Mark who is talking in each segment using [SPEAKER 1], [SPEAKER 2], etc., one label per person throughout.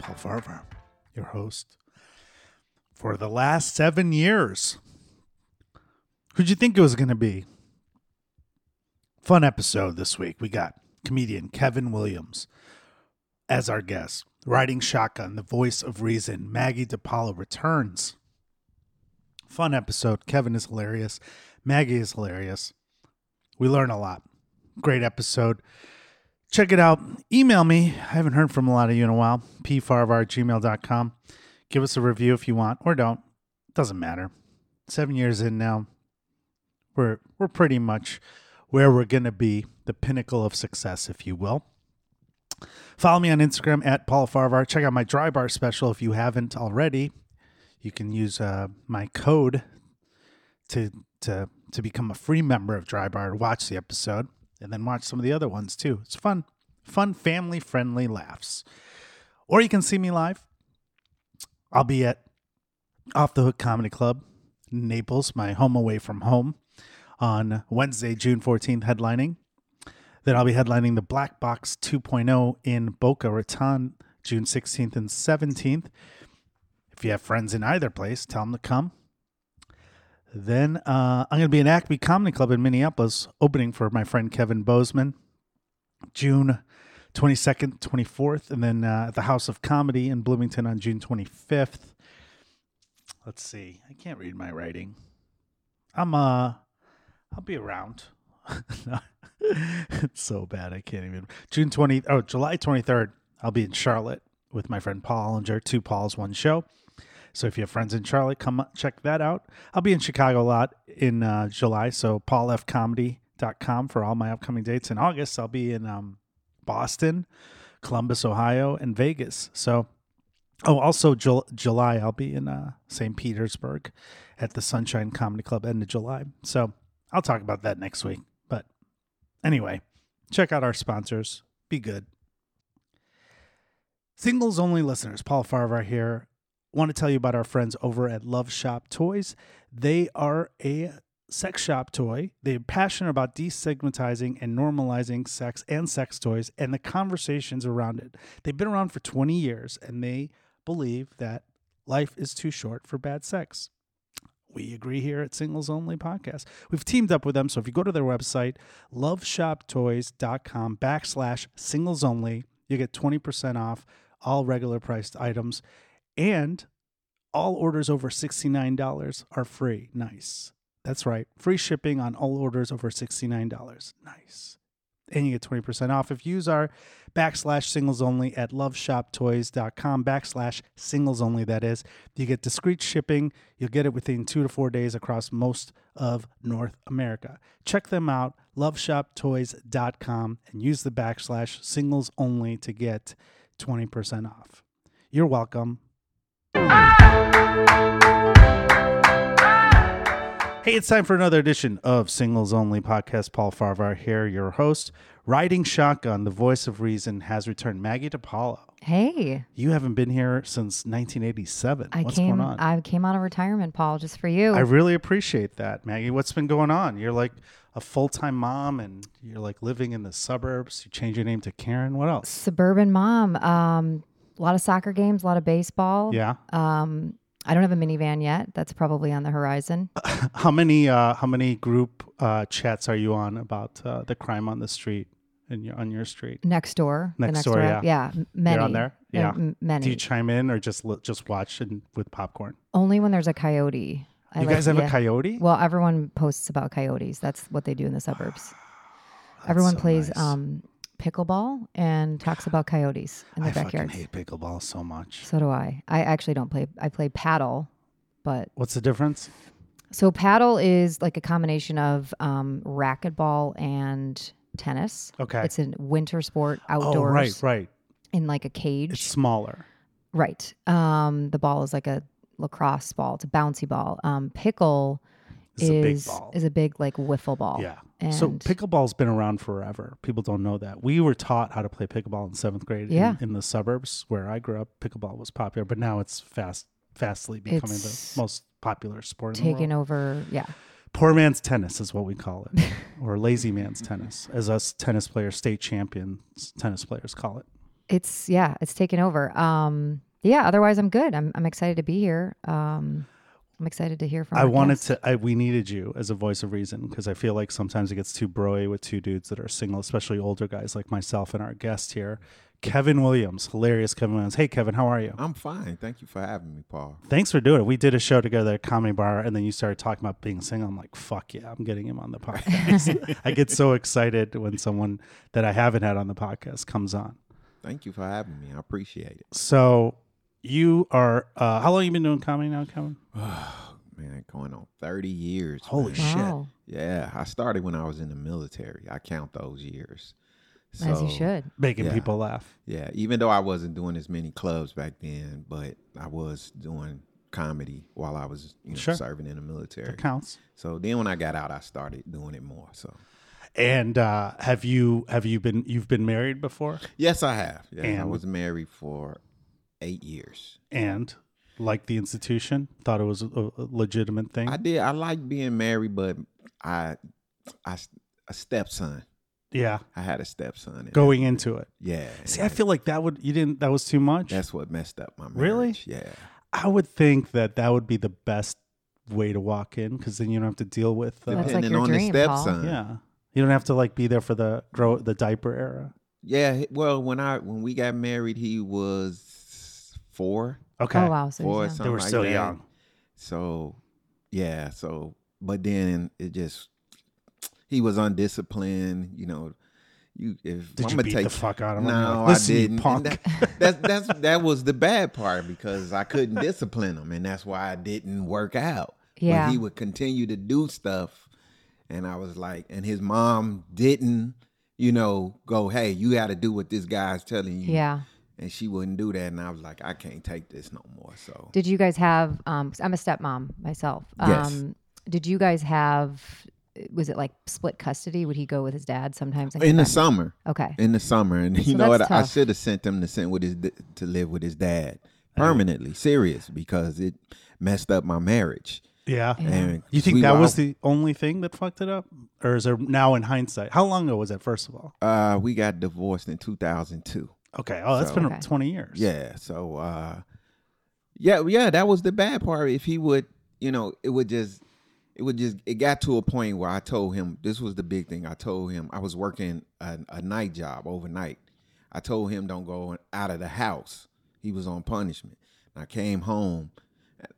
[SPEAKER 1] Michael Farver, your host, for the last seven years. Who'd you think it was going to be? Fun episode this week. We got comedian Kevin Williams as our guest. Riding Shotgun, the voice of reason, Maggie DePaula returns. Fun episode. Kevin is hilarious. Maggie is hilarious. We learn a lot. Great episode. Check it out. Email me. I haven't heard from a lot of you in a while. pfarvar gmail.com. Give us a review if you want or don't. Doesn't matter. Seven years in now, we're we're pretty much where we're gonna be, the pinnacle of success, if you will. Follow me on Instagram at Paul Farvar. Check out my dry bar special if you haven't already. You can use uh, my code to to to become a free member of Dry Bar to watch the episode and then watch some of the other ones too. It's fun, fun family friendly laughs. Or you can see me live. I'll be at Off the Hook Comedy Club, Naples, my home away from home, on Wednesday, June 14th, headlining. Then I'll be headlining the Black Box 2.0 in Boca Raton, June 16th and 17th. If you have friends in either place, tell them to come. Then uh, I'm going to be in Acme Comedy Club in Minneapolis, opening for my friend Kevin Bozeman, June 22nd, 24th, and then uh, at the House of Comedy in Bloomington on June 25th. Let's see. I can't read my writing. I'm uh, I'll be around. No. it's so bad. I can't even. June 20th, oh, July 23rd, I'll be in Charlotte with my friend Paul Ollinger, two Pauls, one show. So if you have friends in Charlotte, come check that out. I'll be in Chicago a lot in uh, July. So paulfcomedy.com for all my upcoming dates. In August, I'll be in um, Boston, Columbus, Ohio, and Vegas. So, oh, also Jul- July, I'll be in uh, St. Petersburg at the Sunshine Comedy Club end of July. So I'll talk about that next week. But anyway, check out our sponsors. Be good. Singles only listeners, Paul Farvar here. Want to tell you about our friends over at Love Shop Toys. They are a sex shop toy. They're passionate about destigmatizing and normalizing sex and sex toys and the conversations around it. They've been around for 20 years and they believe that life is too short for bad sex we agree here at Singles Only Podcast. We've teamed up with them. So if you go to their website, loveshoptoys.com backslash singles only, you get 20% off all regular priced items. And all orders over $69 are free. Nice. That's right. Free shipping on all orders over $69. Nice. And you get 20% off if you use our backslash singles only at loveshoptoys.com backslash singles only that is you get discreet shipping you'll get it within two to four days across most of north america check them out loveshoptoys.com and use the backslash singles only to get 20% off you're welcome Hey, it's time for another edition of Singles Only Podcast. Paul Farvar here, your host. Riding Shotgun, the voice of reason, has returned. Maggie DePaulo,
[SPEAKER 2] Hey,
[SPEAKER 1] you haven't been here since 1987.
[SPEAKER 2] I
[SPEAKER 1] what's
[SPEAKER 2] came.
[SPEAKER 1] going on?
[SPEAKER 2] I came out of retirement, Paul, just for you.
[SPEAKER 1] I really appreciate that, Maggie. What's been going on? You're like a full time mom and you're like living in the suburbs. You change your name to Karen. What else?
[SPEAKER 2] Suburban mom. Um, a lot of soccer games, a lot of baseball.
[SPEAKER 1] Yeah.
[SPEAKER 2] Um, I don't have a minivan yet. That's probably on the horizon.
[SPEAKER 1] How many uh, how many group uh, chats are you on about uh, the crime on the street and your, on your street?
[SPEAKER 2] Next door. the
[SPEAKER 1] Next
[SPEAKER 2] next
[SPEAKER 1] door,
[SPEAKER 2] door.
[SPEAKER 1] yeah.
[SPEAKER 2] m- Many.
[SPEAKER 1] on there?
[SPEAKER 2] Uh,
[SPEAKER 1] Yeah.
[SPEAKER 2] m- many.
[SPEAKER 1] Do you chime in or just li- just watch and with popcorn?
[SPEAKER 2] Only when there's a coyote. I
[SPEAKER 1] you
[SPEAKER 2] like-
[SPEAKER 1] guys have
[SPEAKER 2] yeah.
[SPEAKER 1] a coyote?
[SPEAKER 2] Well, everyone posts about coyotes. That's what they do in the suburbs. everyone
[SPEAKER 1] so
[SPEAKER 2] plays
[SPEAKER 1] nice.
[SPEAKER 2] um, pickleball and talks about coyotes in the
[SPEAKER 1] I
[SPEAKER 2] backyard.
[SPEAKER 1] fucking hate pickleball so much.
[SPEAKER 2] So do I. I actually don't play. I play paddle, but
[SPEAKER 1] What's the difference?
[SPEAKER 2] So paddle is like a combination of um, racquetball and tennis.
[SPEAKER 1] Okay.
[SPEAKER 2] It's a winter sport outdoors
[SPEAKER 1] oh, right, right.
[SPEAKER 2] in like a cage.
[SPEAKER 1] It's smaller.
[SPEAKER 2] right. Um, the ball is like a lacrosse ball. It's a bouncy ball. Um, pickle
[SPEAKER 1] It's
[SPEAKER 2] is
[SPEAKER 1] a big ball.
[SPEAKER 2] is a big like wiffle ball.
[SPEAKER 1] Yeah.
[SPEAKER 2] And
[SPEAKER 1] so pickleball's been around forever. People don't know that. We were taught how to play pickleball in seventh grade. in-
[SPEAKER 2] Yeah.
[SPEAKER 1] In, the suburbs where I grew up, pickleball was popular, but now it's fast, fastly becoming
[SPEAKER 2] It's
[SPEAKER 1] the most popular sport. In the world.
[SPEAKER 2] taking over. Yeah.
[SPEAKER 1] Poor man's tennis is what we call it, or lazy man's tennis, as us tennis players, state champions tennis players call it.
[SPEAKER 2] it's yeah, it's taken over. Um, yeah. Otherwise, I'm good. I'm I'm excited to be here. Um, I'm excited to hear from.
[SPEAKER 1] I
[SPEAKER 2] our
[SPEAKER 1] wanted
[SPEAKER 2] guests.
[SPEAKER 1] to. I, we needed you as a voice of reason because I feel like sometimes it gets too broy with two dudes that are single, especially older guys like myself and our guest here, Kevin Williams, hilarious Kevin Williams. Hey, Kevin, how are you?
[SPEAKER 3] I'm fine. Thank you for having me, Paul.
[SPEAKER 1] Thanks for doing it. We did a show together at a comedy bar, and then you started talking about being single. I'm like, fuck yeah, I'm getting him on the podcast. I get so excited when someone that I haven't had on the podcast comes on.
[SPEAKER 3] Thank you for having me. I appreciate it.
[SPEAKER 1] So you are. Uh, how long you been doing comedy now, Kevin?
[SPEAKER 3] Man, going on 30 years.
[SPEAKER 1] Holy
[SPEAKER 3] man.
[SPEAKER 1] shit.
[SPEAKER 2] Wow.
[SPEAKER 3] Yeah, I started when I was in the military. I count those years.
[SPEAKER 2] As you
[SPEAKER 3] So,
[SPEAKER 2] should. Oh,
[SPEAKER 1] Making
[SPEAKER 3] Yeah.
[SPEAKER 1] people laugh.
[SPEAKER 3] Yeah, even though I wasn't doing as many clubs back then, but I was doing comedy while I was you know,
[SPEAKER 1] Sure.
[SPEAKER 3] serving in the military.
[SPEAKER 1] That counts.
[SPEAKER 3] So then when I got out, I started doing it more. So
[SPEAKER 1] And uh, have you have you been you've been married before?
[SPEAKER 3] yes, I have. Yeah, I
[SPEAKER 1] And-
[SPEAKER 3] was married for eight years.
[SPEAKER 1] And like the institution, thought it was a, a legitimate thing.
[SPEAKER 3] I did. I like being married, but I, I, a stepson.
[SPEAKER 1] yeah,
[SPEAKER 3] I had a stepson. and
[SPEAKER 1] going into it.
[SPEAKER 3] Yeah.
[SPEAKER 1] See, I
[SPEAKER 3] and
[SPEAKER 1] feel like that would you didn't that was too much.
[SPEAKER 3] that's what messed up my marriage.
[SPEAKER 1] Really?
[SPEAKER 3] Yeah.
[SPEAKER 1] I would think that that would be the best way to walk in because then you don't have to deal with. Uh,
[SPEAKER 2] That's like
[SPEAKER 3] Depending
[SPEAKER 2] your
[SPEAKER 3] on
[SPEAKER 2] dream,
[SPEAKER 3] the
[SPEAKER 2] Paul.
[SPEAKER 3] stepson.
[SPEAKER 1] yeah, you don't have to like be there for the grow the diaper era.
[SPEAKER 3] Yeah. he- Well, when I when we got married, he was four.
[SPEAKER 1] Okay,
[SPEAKER 2] Oh wow. So
[SPEAKER 3] four or
[SPEAKER 2] he's young.
[SPEAKER 3] something
[SPEAKER 1] they were
[SPEAKER 3] like
[SPEAKER 1] still
[SPEAKER 3] that.
[SPEAKER 1] young.
[SPEAKER 3] So yeah, so but then it just he was undisciplined, you know. You if
[SPEAKER 1] Did
[SPEAKER 3] I'm
[SPEAKER 1] you
[SPEAKER 3] gonna
[SPEAKER 1] beat
[SPEAKER 3] take
[SPEAKER 1] the fuck out of them? You're
[SPEAKER 3] No,
[SPEAKER 1] like, "Listen,
[SPEAKER 3] I
[SPEAKER 1] you
[SPEAKER 3] didn't. And
[SPEAKER 1] punk."
[SPEAKER 3] That, that's that's that was the bad part because I couldn't discipline him, and that's why I didn't work out.
[SPEAKER 2] Yeah.
[SPEAKER 3] but he would continue to do stuff, and I was like, and his mom didn't, you know, go, hey, you got to do what this guy's telling you.
[SPEAKER 2] Yeah.
[SPEAKER 3] and she wouldn't do that, and I was like, I can't take this no more. So
[SPEAKER 2] Did you guys have? Um, 'cause I'm a stepmom myself. Um,
[SPEAKER 3] Yes.
[SPEAKER 2] Did you guys have? Was it like split custody? Would he go with his dad sometimes? and
[SPEAKER 3] in
[SPEAKER 2] come
[SPEAKER 3] the
[SPEAKER 2] back?
[SPEAKER 3] summer,
[SPEAKER 2] okay.
[SPEAKER 3] in the summer, and you
[SPEAKER 2] So
[SPEAKER 3] know what?
[SPEAKER 2] that's
[SPEAKER 3] I
[SPEAKER 2] tough.
[SPEAKER 3] should have sent him to send with his d- to live with his dad permanently, serious, because it messed up my marriage.
[SPEAKER 1] Yeah.
[SPEAKER 3] And
[SPEAKER 1] You think
[SPEAKER 3] we
[SPEAKER 1] that
[SPEAKER 3] were
[SPEAKER 1] was
[SPEAKER 3] out-
[SPEAKER 1] the only thing that fucked it up, or is there now in hindsight? How long ago was that? First of all,
[SPEAKER 3] Uh, we got divorced in 2002.
[SPEAKER 1] okay. Oh, that's
[SPEAKER 3] So-
[SPEAKER 1] been
[SPEAKER 2] Okay.
[SPEAKER 1] twenty years.
[SPEAKER 3] Yeah. So, uh, yeah, yeah, that was the bad part. If he would, you know, it would just, it would just, it got to a point where I told him this was the big thing. I told him I was working a, a night job overnight. I told him don't go out of the house. He was on punishment. And I came home.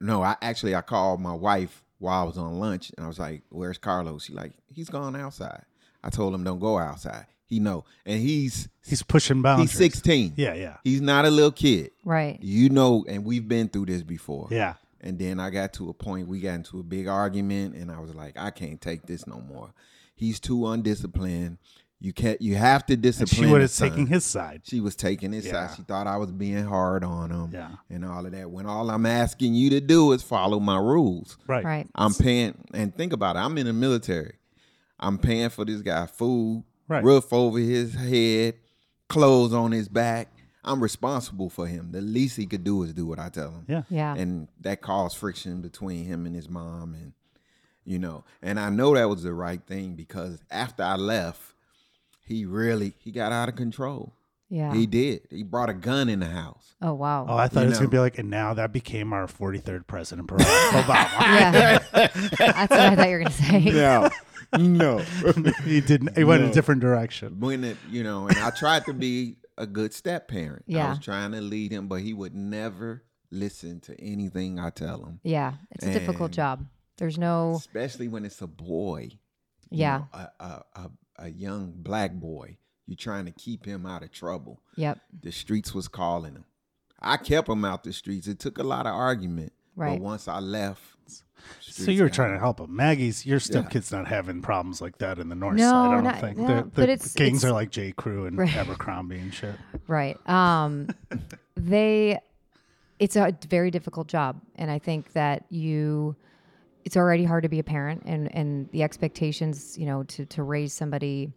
[SPEAKER 3] No, I actually I called my wife while I was on lunch, and I was like, "Where's Carlos?" She like, "He's gone outside." I told him don't go outside. He know, and he's
[SPEAKER 1] he's pushing boundaries.
[SPEAKER 3] he's sixteen.
[SPEAKER 1] Yeah, yeah,
[SPEAKER 3] He's not a little kid.
[SPEAKER 2] Right.
[SPEAKER 3] You know, and we've been through this before.
[SPEAKER 1] yeah.
[SPEAKER 3] And then I got to a point, we got into a big argument, and I was like, I can't take this no more. He's too undisciplined. You can't you have to
[SPEAKER 1] And
[SPEAKER 3] discipline.
[SPEAKER 1] she would
[SPEAKER 3] his
[SPEAKER 1] have
[SPEAKER 3] son.
[SPEAKER 1] taken his side.
[SPEAKER 3] she was taking his
[SPEAKER 1] Yeah.
[SPEAKER 3] side. She thought I was being hard on him
[SPEAKER 1] Yeah.
[SPEAKER 3] and all of that. When all I'm asking you to do is follow my rules.
[SPEAKER 1] Right.
[SPEAKER 2] Right.
[SPEAKER 3] I'm paying and think about it, I'm in the military. I'm paying for this guy food,
[SPEAKER 1] Right.
[SPEAKER 3] roof over his head, clothes on his back. I'm responsible for him. The least he could do is do what I tell him.
[SPEAKER 1] Yeah.
[SPEAKER 2] Yeah.
[SPEAKER 3] And that caused friction between him and his mom and you know, and I know that was the right thing because after I left, he really he got out of control.
[SPEAKER 2] yeah.
[SPEAKER 3] He did. He brought a gun in the house.
[SPEAKER 2] oh wow.
[SPEAKER 1] Oh, I thought
[SPEAKER 3] You
[SPEAKER 1] it was
[SPEAKER 3] know.
[SPEAKER 1] gonna be like, and now that became our forty third president, Barack Obama.
[SPEAKER 2] yeah. That's what I thought you were gonna say.
[SPEAKER 3] No. no.
[SPEAKER 1] he didn't. He went in a
[SPEAKER 3] No.
[SPEAKER 1] different direction.
[SPEAKER 3] when it you know and i tried to be a good step parent i
[SPEAKER 2] Yeah.
[SPEAKER 3] was trying to lead him but he would never listen to anything i tell him
[SPEAKER 2] Yeah. It's a difficult
[SPEAKER 3] And-
[SPEAKER 2] job. There's no.
[SPEAKER 3] especially when it's a boy you
[SPEAKER 2] Yeah.
[SPEAKER 3] know, a, a, a, a young black boy you're trying to keep him out of trouble
[SPEAKER 2] Yep.
[SPEAKER 3] the streets was calling him i kept him out the streets it took a lot of argument
[SPEAKER 2] Right.
[SPEAKER 3] but once i left
[SPEAKER 1] So you were trying to help him, Maggie's. Your stepkid's not having problems like that in the north
[SPEAKER 2] No,
[SPEAKER 1] side. I don't
[SPEAKER 2] not-
[SPEAKER 1] think.
[SPEAKER 2] no,
[SPEAKER 1] The- the
[SPEAKER 2] but it's-
[SPEAKER 1] gangs
[SPEAKER 2] it's-
[SPEAKER 1] are like J. Crew and
[SPEAKER 2] Right.
[SPEAKER 1] Abercrombie and shit.
[SPEAKER 2] Right. Um, they, it's a very difficult job, and I think that you, it's already hard to be a parent, and and the expectations, you know, to to raise somebody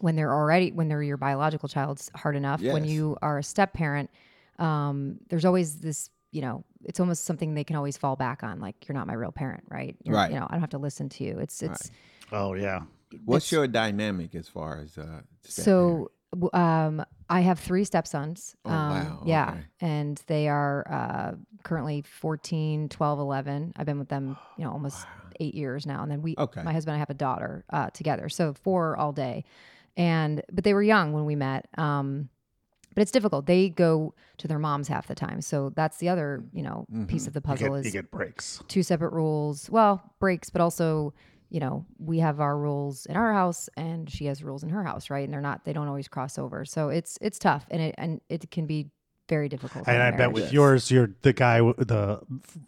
[SPEAKER 2] when they're already when they're your biological child's hard enough. When
[SPEAKER 3] Yes.
[SPEAKER 2] you are a step parent, um, there's always this, you know, it's almost something they can always fall back on, like you're not my real parent, right? You're-
[SPEAKER 3] Right.
[SPEAKER 2] You know, I don't have to listen to you. It's it's.
[SPEAKER 1] Oh yeah.
[SPEAKER 3] what's your dynamic as far as uh step
[SPEAKER 2] So w- um, I have three stepsons. um,
[SPEAKER 3] Oh, wow.
[SPEAKER 2] Yeah.
[SPEAKER 3] Okay.
[SPEAKER 2] And they are uh, currently 14, 12, 11. I've been with them, you know, almost eight years now. And then we,
[SPEAKER 3] Okay.
[SPEAKER 2] my husband and I have a daughter uh, together. So four all day. And, but they were young when we met. Um, but it's difficult. They go to their moms half the time. So that's the other, you know, piece of the
[SPEAKER 1] You
[SPEAKER 2] puzzle
[SPEAKER 1] get,
[SPEAKER 2] is
[SPEAKER 1] you get breaks.
[SPEAKER 2] two separate rules. Well, breaks, but also, you know, we have our rules in our house and she has rules in her house, right? And they're not they don't always cross over. So it's it's tough and it and it can be very difficult. in
[SPEAKER 1] And
[SPEAKER 2] a
[SPEAKER 1] I bet
[SPEAKER 2] marriage.
[SPEAKER 1] with yours, you're the guy, w- the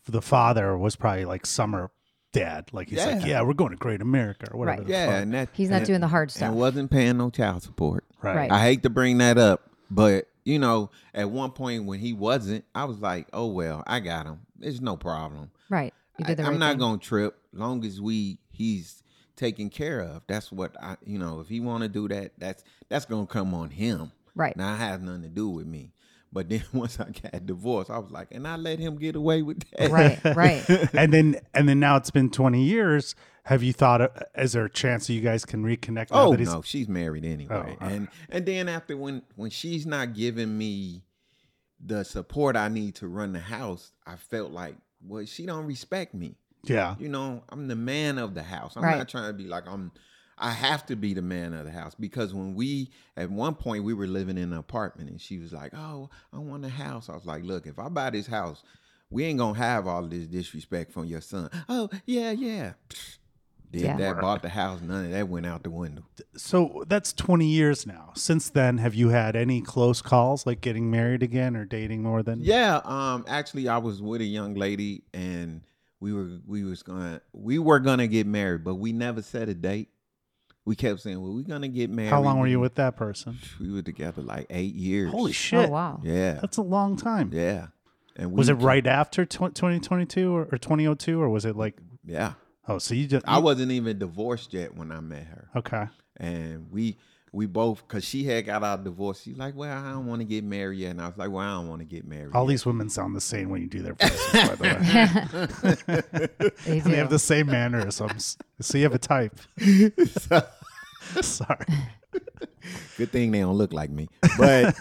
[SPEAKER 1] the father was probably like summer dad. Like he's like,
[SPEAKER 3] Yeah.
[SPEAKER 1] yeah, we're going to Great America or whatever.
[SPEAKER 2] Right.
[SPEAKER 1] the
[SPEAKER 3] Yeah,
[SPEAKER 1] fuck.
[SPEAKER 3] and that
[SPEAKER 2] he's not
[SPEAKER 3] and-
[SPEAKER 2] doing the hard
[SPEAKER 3] and
[SPEAKER 2] stuff.
[SPEAKER 3] wasn't paying no child support.
[SPEAKER 1] right.
[SPEAKER 2] Right.
[SPEAKER 3] I hate to bring that up, but you know, at one point when he wasn't, I was like, "Oh well, I got him. It's no problem.
[SPEAKER 2] right. You did the
[SPEAKER 3] I,
[SPEAKER 2] right
[SPEAKER 3] am not
[SPEAKER 2] thing.
[SPEAKER 3] gonna trip. Long as we he's taken care of. That's what I. You know, if he want to do that, that's that's gonna come on him.
[SPEAKER 2] Right.
[SPEAKER 3] Now I have nothing to do with me. But then once I got divorced, I was like, and I let him get away with that.
[SPEAKER 2] right, right.
[SPEAKER 1] and then and then now it's been 20 years. Have you thought, uh, is there a chance that you guys can reconnect? now
[SPEAKER 3] Oh
[SPEAKER 1] that he's-
[SPEAKER 3] no, she's married anyway,
[SPEAKER 2] Oh,
[SPEAKER 1] all right.
[SPEAKER 3] and and then after when when she's not giving me the support I need to run the house, I felt like well she don't respect me.
[SPEAKER 1] Yeah.
[SPEAKER 3] You know, I'm the man of the house. I'm
[SPEAKER 2] Uh. Right.
[SPEAKER 3] not trying to be like I'm. I have to be the man of the house because when we at one point we were living in an apartment and she was like, "Oh, I want a house." I was like, "Look, if I buy this house, we ain't gonna have all this disrespect from your son." Oh yeah, yeah. Did
[SPEAKER 2] Yeah.
[SPEAKER 3] that bought the house? None of that went out the window.
[SPEAKER 1] So that's 20 years now. Since then, have you had any close calls like getting married again or dating more than?
[SPEAKER 3] Yeah, um actually I was with a young lady and we were we was gonna we were gonna get married, but we never set a date. We kept saying, Well, we're gonna get married.
[SPEAKER 1] How long were you with that person?
[SPEAKER 3] We were together like eight years.
[SPEAKER 1] Holy
[SPEAKER 2] Oh
[SPEAKER 1] shit.
[SPEAKER 2] wow.
[SPEAKER 3] Yeah.
[SPEAKER 1] That's a long time.
[SPEAKER 3] Yeah. And we
[SPEAKER 1] Was it right after tw- 2022 or, or 2002 or was it like
[SPEAKER 3] Yeah.
[SPEAKER 1] oh so you just
[SPEAKER 3] I wasn't even divorced yet when I met her.
[SPEAKER 1] okay
[SPEAKER 3] and we we both because she had got out of divorce. She's like, "Well, I don't want to get married," yet. and I was like, "Well, I don't want to get married."
[SPEAKER 1] all
[SPEAKER 3] yet."
[SPEAKER 1] these women sound the same when you do their voices by the way
[SPEAKER 2] They
[SPEAKER 1] and they have
[SPEAKER 2] do.
[SPEAKER 1] the same mannerisms so you have a type sorry
[SPEAKER 3] Good thing they don't look like me. But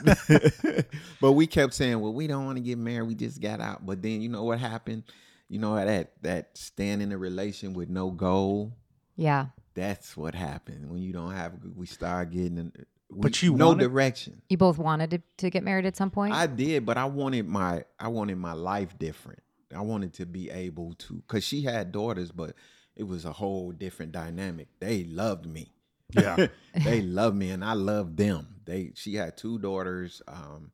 [SPEAKER 3] but we kept saying, "Well, we don't want to get married. We just got out." But then you know what happened? You know that that stand in a relation with no goal.
[SPEAKER 2] Yeah.
[SPEAKER 3] That's what happened when you don't have. We start getting. in- We,
[SPEAKER 1] But you
[SPEAKER 3] no
[SPEAKER 1] wanted-
[SPEAKER 3] direction.
[SPEAKER 2] You both wanted to, to get married at some point?
[SPEAKER 3] I did, but I wanted my I wanted my life different. I wanted to be able to cuz she had daughters, but it was a whole different dynamic. They loved me.
[SPEAKER 1] yeah
[SPEAKER 3] they loved me and I loved them. They she had two daughters. Um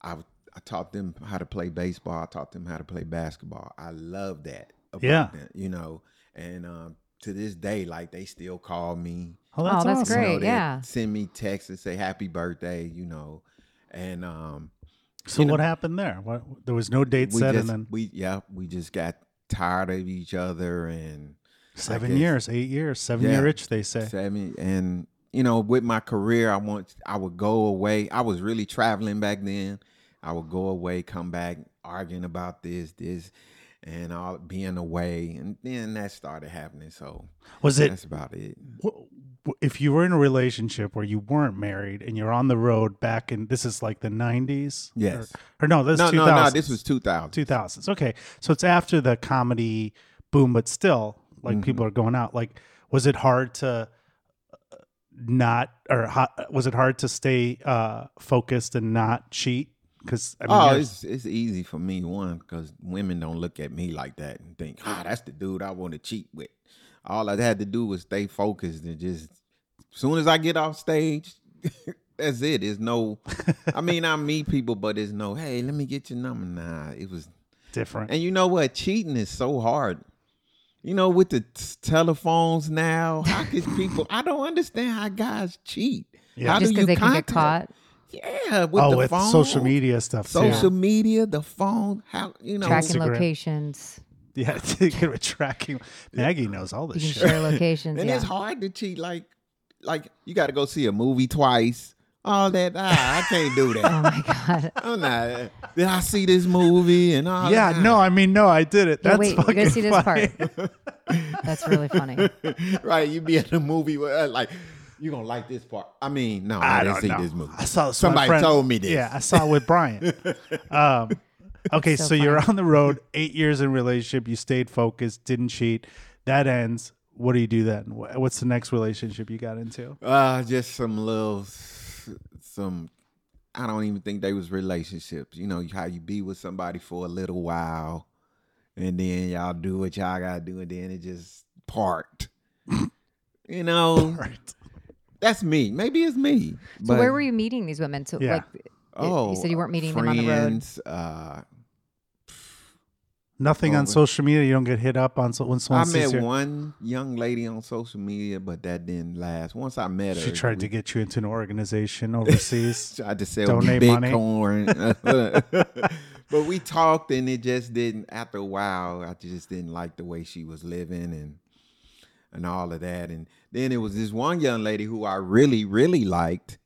[SPEAKER 3] I I taught them how to play baseball, I taught them how to play basketball. I love that. about
[SPEAKER 1] Yeah.
[SPEAKER 3] them, you know, and um to this day like they still call me
[SPEAKER 1] oh
[SPEAKER 2] Oh, that's
[SPEAKER 1] awesome.
[SPEAKER 2] great.
[SPEAKER 3] know, they'd
[SPEAKER 2] yeah.
[SPEAKER 3] Send me texts and say happy birthday, you know. And um
[SPEAKER 1] so what happened there what, there was no date
[SPEAKER 3] we
[SPEAKER 1] set
[SPEAKER 3] just,
[SPEAKER 1] and then
[SPEAKER 3] we yeah we just got tired of each other and
[SPEAKER 1] seven
[SPEAKER 3] guess-
[SPEAKER 1] years eight years seven
[SPEAKER 3] Yeah.
[SPEAKER 1] year itch they say
[SPEAKER 3] seven and you know with my career I want I would go away I was really traveling back then I would go away come back arguing about this this and all being away and then that started happening so
[SPEAKER 1] was it
[SPEAKER 3] that's about it
[SPEAKER 1] w- w- if you were in a relationship where you weren't married and you're on the road back in this is like the 90s
[SPEAKER 3] Yes.
[SPEAKER 1] or, or no this
[SPEAKER 3] no
[SPEAKER 1] 2000s.
[SPEAKER 3] no no this was 2000
[SPEAKER 1] two thousands. Okay, so it's after the comedy boom, but still,
[SPEAKER 3] Mm-hmm.
[SPEAKER 1] like people are going out. Like, was it hard to uh, not, or ho- was it hard to stay uh, focused and not cheat? Because I mean,
[SPEAKER 3] oh,
[SPEAKER 1] you're-
[SPEAKER 3] it's it's easy for me one because women don't look at me like that and think, ah, that's the dude I want to cheat with. All I had to do was stay focused and just. As soon as I get off stage, that's it. There's no. I mean, I meet people, but there's no. Hey, let me get your number. Nah, it was.
[SPEAKER 1] different.
[SPEAKER 3] And you know what? Cheating is so hard. You know, with the t- telephones now, how could people? I don't understand how guys cheat.
[SPEAKER 1] Yeah.
[SPEAKER 3] How
[SPEAKER 2] Just because
[SPEAKER 3] do you
[SPEAKER 2] they can get
[SPEAKER 3] contact-
[SPEAKER 2] caught.
[SPEAKER 3] Yeah, with
[SPEAKER 1] oh,
[SPEAKER 3] the
[SPEAKER 1] with
[SPEAKER 3] phone,
[SPEAKER 1] social media stuff. too.
[SPEAKER 3] social media, the phone, how you know,
[SPEAKER 2] Tracking
[SPEAKER 1] Instagram.
[SPEAKER 2] locations.
[SPEAKER 1] yeah, to get with tracking. Maggie knows all this
[SPEAKER 2] You can
[SPEAKER 1] shit.
[SPEAKER 2] share locations.
[SPEAKER 3] and
[SPEAKER 2] yeah.
[SPEAKER 3] it's hard to cheat. Like, like you got to go see a movie twice. All that, ah, I can't do
[SPEAKER 2] Oh
[SPEAKER 3] that.
[SPEAKER 2] my god.
[SPEAKER 3] I'm not. Did I see this movie and all?
[SPEAKER 1] Yeah,
[SPEAKER 3] that?
[SPEAKER 1] no, I mean, no, I did it.
[SPEAKER 2] Yeah,
[SPEAKER 1] That's
[SPEAKER 2] wait, you
[SPEAKER 1] fucking
[SPEAKER 2] gotta see this
[SPEAKER 1] funny.
[SPEAKER 2] part. That's really funny.
[SPEAKER 3] right? You be in a movie where uh, like. You're gonna like this part. I mean, no, I,
[SPEAKER 1] I
[SPEAKER 3] didn't
[SPEAKER 1] don't
[SPEAKER 3] see
[SPEAKER 1] know.
[SPEAKER 3] this movie.
[SPEAKER 1] I saw this. my
[SPEAKER 3] Somebody
[SPEAKER 1] friend-
[SPEAKER 3] told me this.
[SPEAKER 1] Yeah, I saw it with Brian. um, okay, so,
[SPEAKER 2] So
[SPEAKER 1] you're on the road, eight years in relationship. You stayed focused, didn't cheat. That ends. What do you do then? Wh- What's the next relationship you got into?
[SPEAKER 3] Uh, just some little, s- some. I don't even think they was relationships. You know how you be with somebody for a little while, and then y'all do what y'all gotta do, and then it just part. you know, that's me. Maybe it's me. oh,
[SPEAKER 2] So where were you meeting these women? So
[SPEAKER 1] Yeah.
[SPEAKER 2] like, you said you weren't meeting them on the road.
[SPEAKER 3] friends, Uh,
[SPEAKER 1] Nothing on
[SPEAKER 3] Over.
[SPEAKER 1] social media. You don't get hit up on so when
[SPEAKER 3] I
[SPEAKER 1] someone
[SPEAKER 3] met
[SPEAKER 1] sees you.
[SPEAKER 3] one young lady on social media, but that didn't last. Once I met her,
[SPEAKER 1] She tried to get you into an organization overseas.
[SPEAKER 3] tried to sell
[SPEAKER 1] Donate money.
[SPEAKER 3] Bitcoin. but we talked and it just didn't after a while I just didn't like the way she was living and and all of that. And then it was this one young lady who I really, really liked.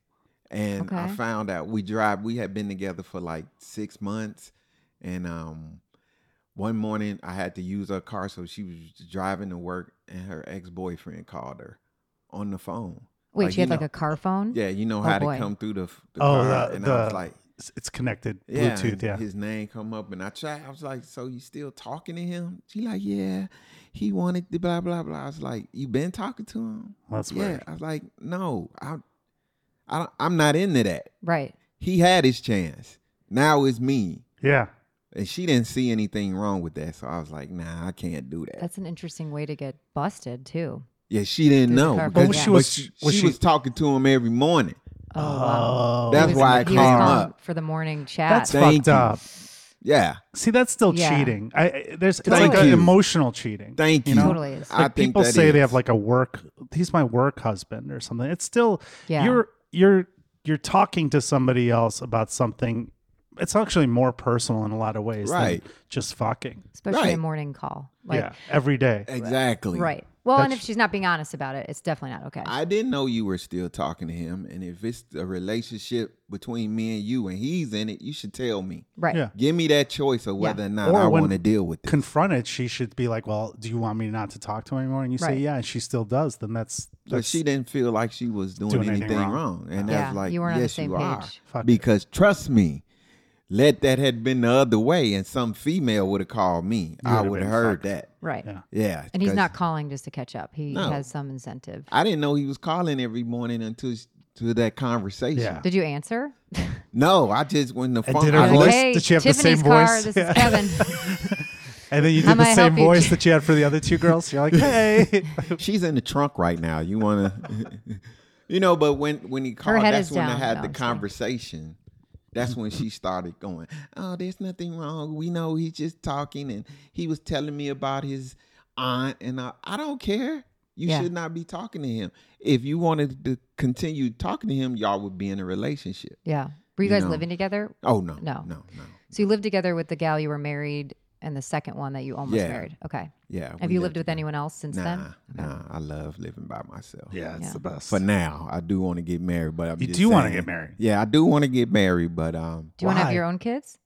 [SPEAKER 3] And I
[SPEAKER 2] Okay.
[SPEAKER 3] found out we drive we had been together for like six months and um one morning I had to use her car so she was driving to work and her ex-boyfriend called her on the phone.
[SPEAKER 2] Wait,
[SPEAKER 3] Like,
[SPEAKER 2] she had
[SPEAKER 3] you
[SPEAKER 2] like
[SPEAKER 3] know-
[SPEAKER 2] a car phone.
[SPEAKER 3] Yeah, you know
[SPEAKER 2] Oh,
[SPEAKER 3] how to
[SPEAKER 2] boy.
[SPEAKER 3] come through the, f- the
[SPEAKER 1] Oh,
[SPEAKER 3] car,
[SPEAKER 1] the-
[SPEAKER 3] and I was
[SPEAKER 1] the-
[SPEAKER 3] like,
[SPEAKER 1] It's, it's connected
[SPEAKER 3] yeah,
[SPEAKER 1] Bluetooth. Yeah.
[SPEAKER 3] his name come up, and I tried. I was like, so you still talking to him? She like, yeah, he wanted the blah blah blah. I was like, you been talking to him?
[SPEAKER 1] That's
[SPEAKER 3] yeah.
[SPEAKER 1] weird.
[SPEAKER 3] I was like, no, I, I, I'm not into that.
[SPEAKER 2] Right.
[SPEAKER 3] He had his chance. Now it's me,
[SPEAKER 1] Yeah.
[SPEAKER 3] and she didn't see anything wrong with that. So I was like, nah, I can't do that.
[SPEAKER 2] That's an interesting way to get busted too.
[SPEAKER 3] yeah, she didn't
[SPEAKER 2] Through the
[SPEAKER 3] know.
[SPEAKER 2] car,
[SPEAKER 3] because-
[SPEAKER 2] Well, she
[SPEAKER 3] but
[SPEAKER 1] was-
[SPEAKER 3] she,
[SPEAKER 1] was
[SPEAKER 3] she
[SPEAKER 1] she-
[SPEAKER 3] was talking to him every morning.
[SPEAKER 2] Oh, wow.
[SPEAKER 1] Oh.
[SPEAKER 3] That's
[SPEAKER 2] He was-
[SPEAKER 3] why I
[SPEAKER 2] he was
[SPEAKER 3] came
[SPEAKER 2] calling
[SPEAKER 3] up.
[SPEAKER 2] for the morning chat.
[SPEAKER 1] That's
[SPEAKER 3] Thank
[SPEAKER 1] fucked
[SPEAKER 3] you.
[SPEAKER 1] up.
[SPEAKER 3] Yeah.
[SPEAKER 1] See, that's still
[SPEAKER 2] Yeah.
[SPEAKER 1] cheating. I- I there's it's
[SPEAKER 3] Thank
[SPEAKER 1] like a
[SPEAKER 3] you.
[SPEAKER 1] emotional cheating.
[SPEAKER 3] Thank you.
[SPEAKER 1] know?
[SPEAKER 2] Totally is.
[SPEAKER 3] I
[SPEAKER 1] like
[SPEAKER 3] think
[SPEAKER 1] people
[SPEAKER 3] that
[SPEAKER 1] say they
[SPEAKER 3] is.
[SPEAKER 1] have like a work he's my work husband or something it's still
[SPEAKER 2] Yeah.
[SPEAKER 1] you're you're you're talking to somebody else about something it's actually more personal in a lot of ways
[SPEAKER 3] Right.
[SPEAKER 1] than just fucking
[SPEAKER 2] especially a
[SPEAKER 3] Right.
[SPEAKER 2] morning call. Like,
[SPEAKER 1] yeah every day
[SPEAKER 3] exactly.
[SPEAKER 2] Right. Well, and if
[SPEAKER 1] That's-
[SPEAKER 2] she's not being honest about it, it's definitely not okay.
[SPEAKER 3] I didn't know you were still talking to him. And if it's a relationship between me and you and he's in it, you should tell me.
[SPEAKER 2] right.
[SPEAKER 1] yeah
[SPEAKER 3] Give me that choice of whether or not
[SPEAKER 1] Or
[SPEAKER 3] I
[SPEAKER 1] when-
[SPEAKER 3] want to deal with it.
[SPEAKER 1] confronted she should be like well do you want me not to talk to him anymore and you say
[SPEAKER 2] Right.
[SPEAKER 1] yeah and she still does then that's
[SPEAKER 3] But
[SPEAKER 1] that's
[SPEAKER 3] she didn't feel like she was doing,
[SPEAKER 1] Doing anything
[SPEAKER 3] anything,
[SPEAKER 1] wrong.
[SPEAKER 3] wrong. And
[SPEAKER 2] Yeah,
[SPEAKER 3] that's like,
[SPEAKER 2] you weren't on the
[SPEAKER 3] yes,
[SPEAKER 2] same
[SPEAKER 3] you are.
[SPEAKER 2] page.
[SPEAKER 1] Fuck.
[SPEAKER 3] Because trust me, let that had been the other way and some female would have called me, I
[SPEAKER 1] would've
[SPEAKER 3] would
[SPEAKER 1] been
[SPEAKER 3] have heard
[SPEAKER 1] fucked.
[SPEAKER 3] that.
[SPEAKER 2] Right.
[SPEAKER 1] Yeah.
[SPEAKER 3] Yeah.
[SPEAKER 2] And he's
[SPEAKER 3] 'cause
[SPEAKER 2] not calling just to catch up. He
[SPEAKER 3] No.
[SPEAKER 2] has some incentive.
[SPEAKER 3] I didn't know he was calling every morning until to that conversation.
[SPEAKER 1] Yeah.
[SPEAKER 2] Did you answer?
[SPEAKER 3] No, I just when the
[SPEAKER 1] And
[SPEAKER 3] phone
[SPEAKER 1] did her
[SPEAKER 3] I
[SPEAKER 1] Your
[SPEAKER 2] Like,
[SPEAKER 1] voice?
[SPEAKER 2] Hey,
[SPEAKER 1] Did she have the
[SPEAKER 2] Tiffany's
[SPEAKER 1] same
[SPEAKER 2] car.
[SPEAKER 1] voice?
[SPEAKER 2] This
[SPEAKER 1] Yeah.
[SPEAKER 2] is Kevin.
[SPEAKER 1] and then you
[SPEAKER 2] How
[SPEAKER 1] did
[SPEAKER 2] may
[SPEAKER 1] the
[SPEAKER 2] I
[SPEAKER 1] same
[SPEAKER 2] help you?
[SPEAKER 1] voice that you had for the other two girls you're like hey
[SPEAKER 3] She's in the trunk right now. You wanna, you know. But when when he called,
[SPEAKER 2] head
[SPEAKER 3] that's
[SPEAKER 2] is
[SPEAKER 3] when I
[SPEAKER 2] down. No,
[SPEAKER 3] had the
[SPEAKER 2] I'm just kidding.
[SPEAKER 3] conversation. That's when she started going. Oh, there's nothing wrong. We know he's just talking, and he was telling me about his aunt, and I, I don't care. You
[SPEAKER 2] Yeah.
[SPEAKER 3] should not be talking to him. If you wanted to continue talking to him, y'all would be in a relationship.
[SPEAKER 2] yeah. Were you
[SPEAKER 3] You
[SPEAKER 2] guys
[SPEAKER 3] know.
[SPEAKER 2] living together?
[SPEAKER 3] Oh no,
[SPEAKER 2] No.
[SPEAKER 3] no, no, no.
[SPEAKER 2] So you lived together with the gal you were married and the second one that you almost
[SPEAKER 3] Yeah.
[SPEAKER 2] married. Okay.
[SPEAKER 3] Yeah.
[SPEAKER 2] Have
[SPEAKER 3] we
[SPEAKER 2] you lived
[SPEAKER 3] lived
[SPEAKER 2] with anyone else since
[SPEAKER 3] Nah,
[SPEAKER 2] then?
[SPEAKER 3] nah. I love living by myself.
[SPEAKER 1] yeah it's
[SPEAKER 2] Yeah.
[SPEAKER 1] the best
[SPEAKER 3] For now, I do want to get married, but I'm
[SPEAKER 1] you
[SPEAKER 3] just
[SPEAKER 1] do want to
[SPEAKER 3] saying-
[SPEAKER 1] get married
[SPEAKER 3] Yeah, I do want to get married, but
[SPEAKER 2] Do
[SPEAKER 3] um,
[SPEAKER 2] you want to
[SPEAKER 1] Why?
[SPEAKER 2] have your own kids?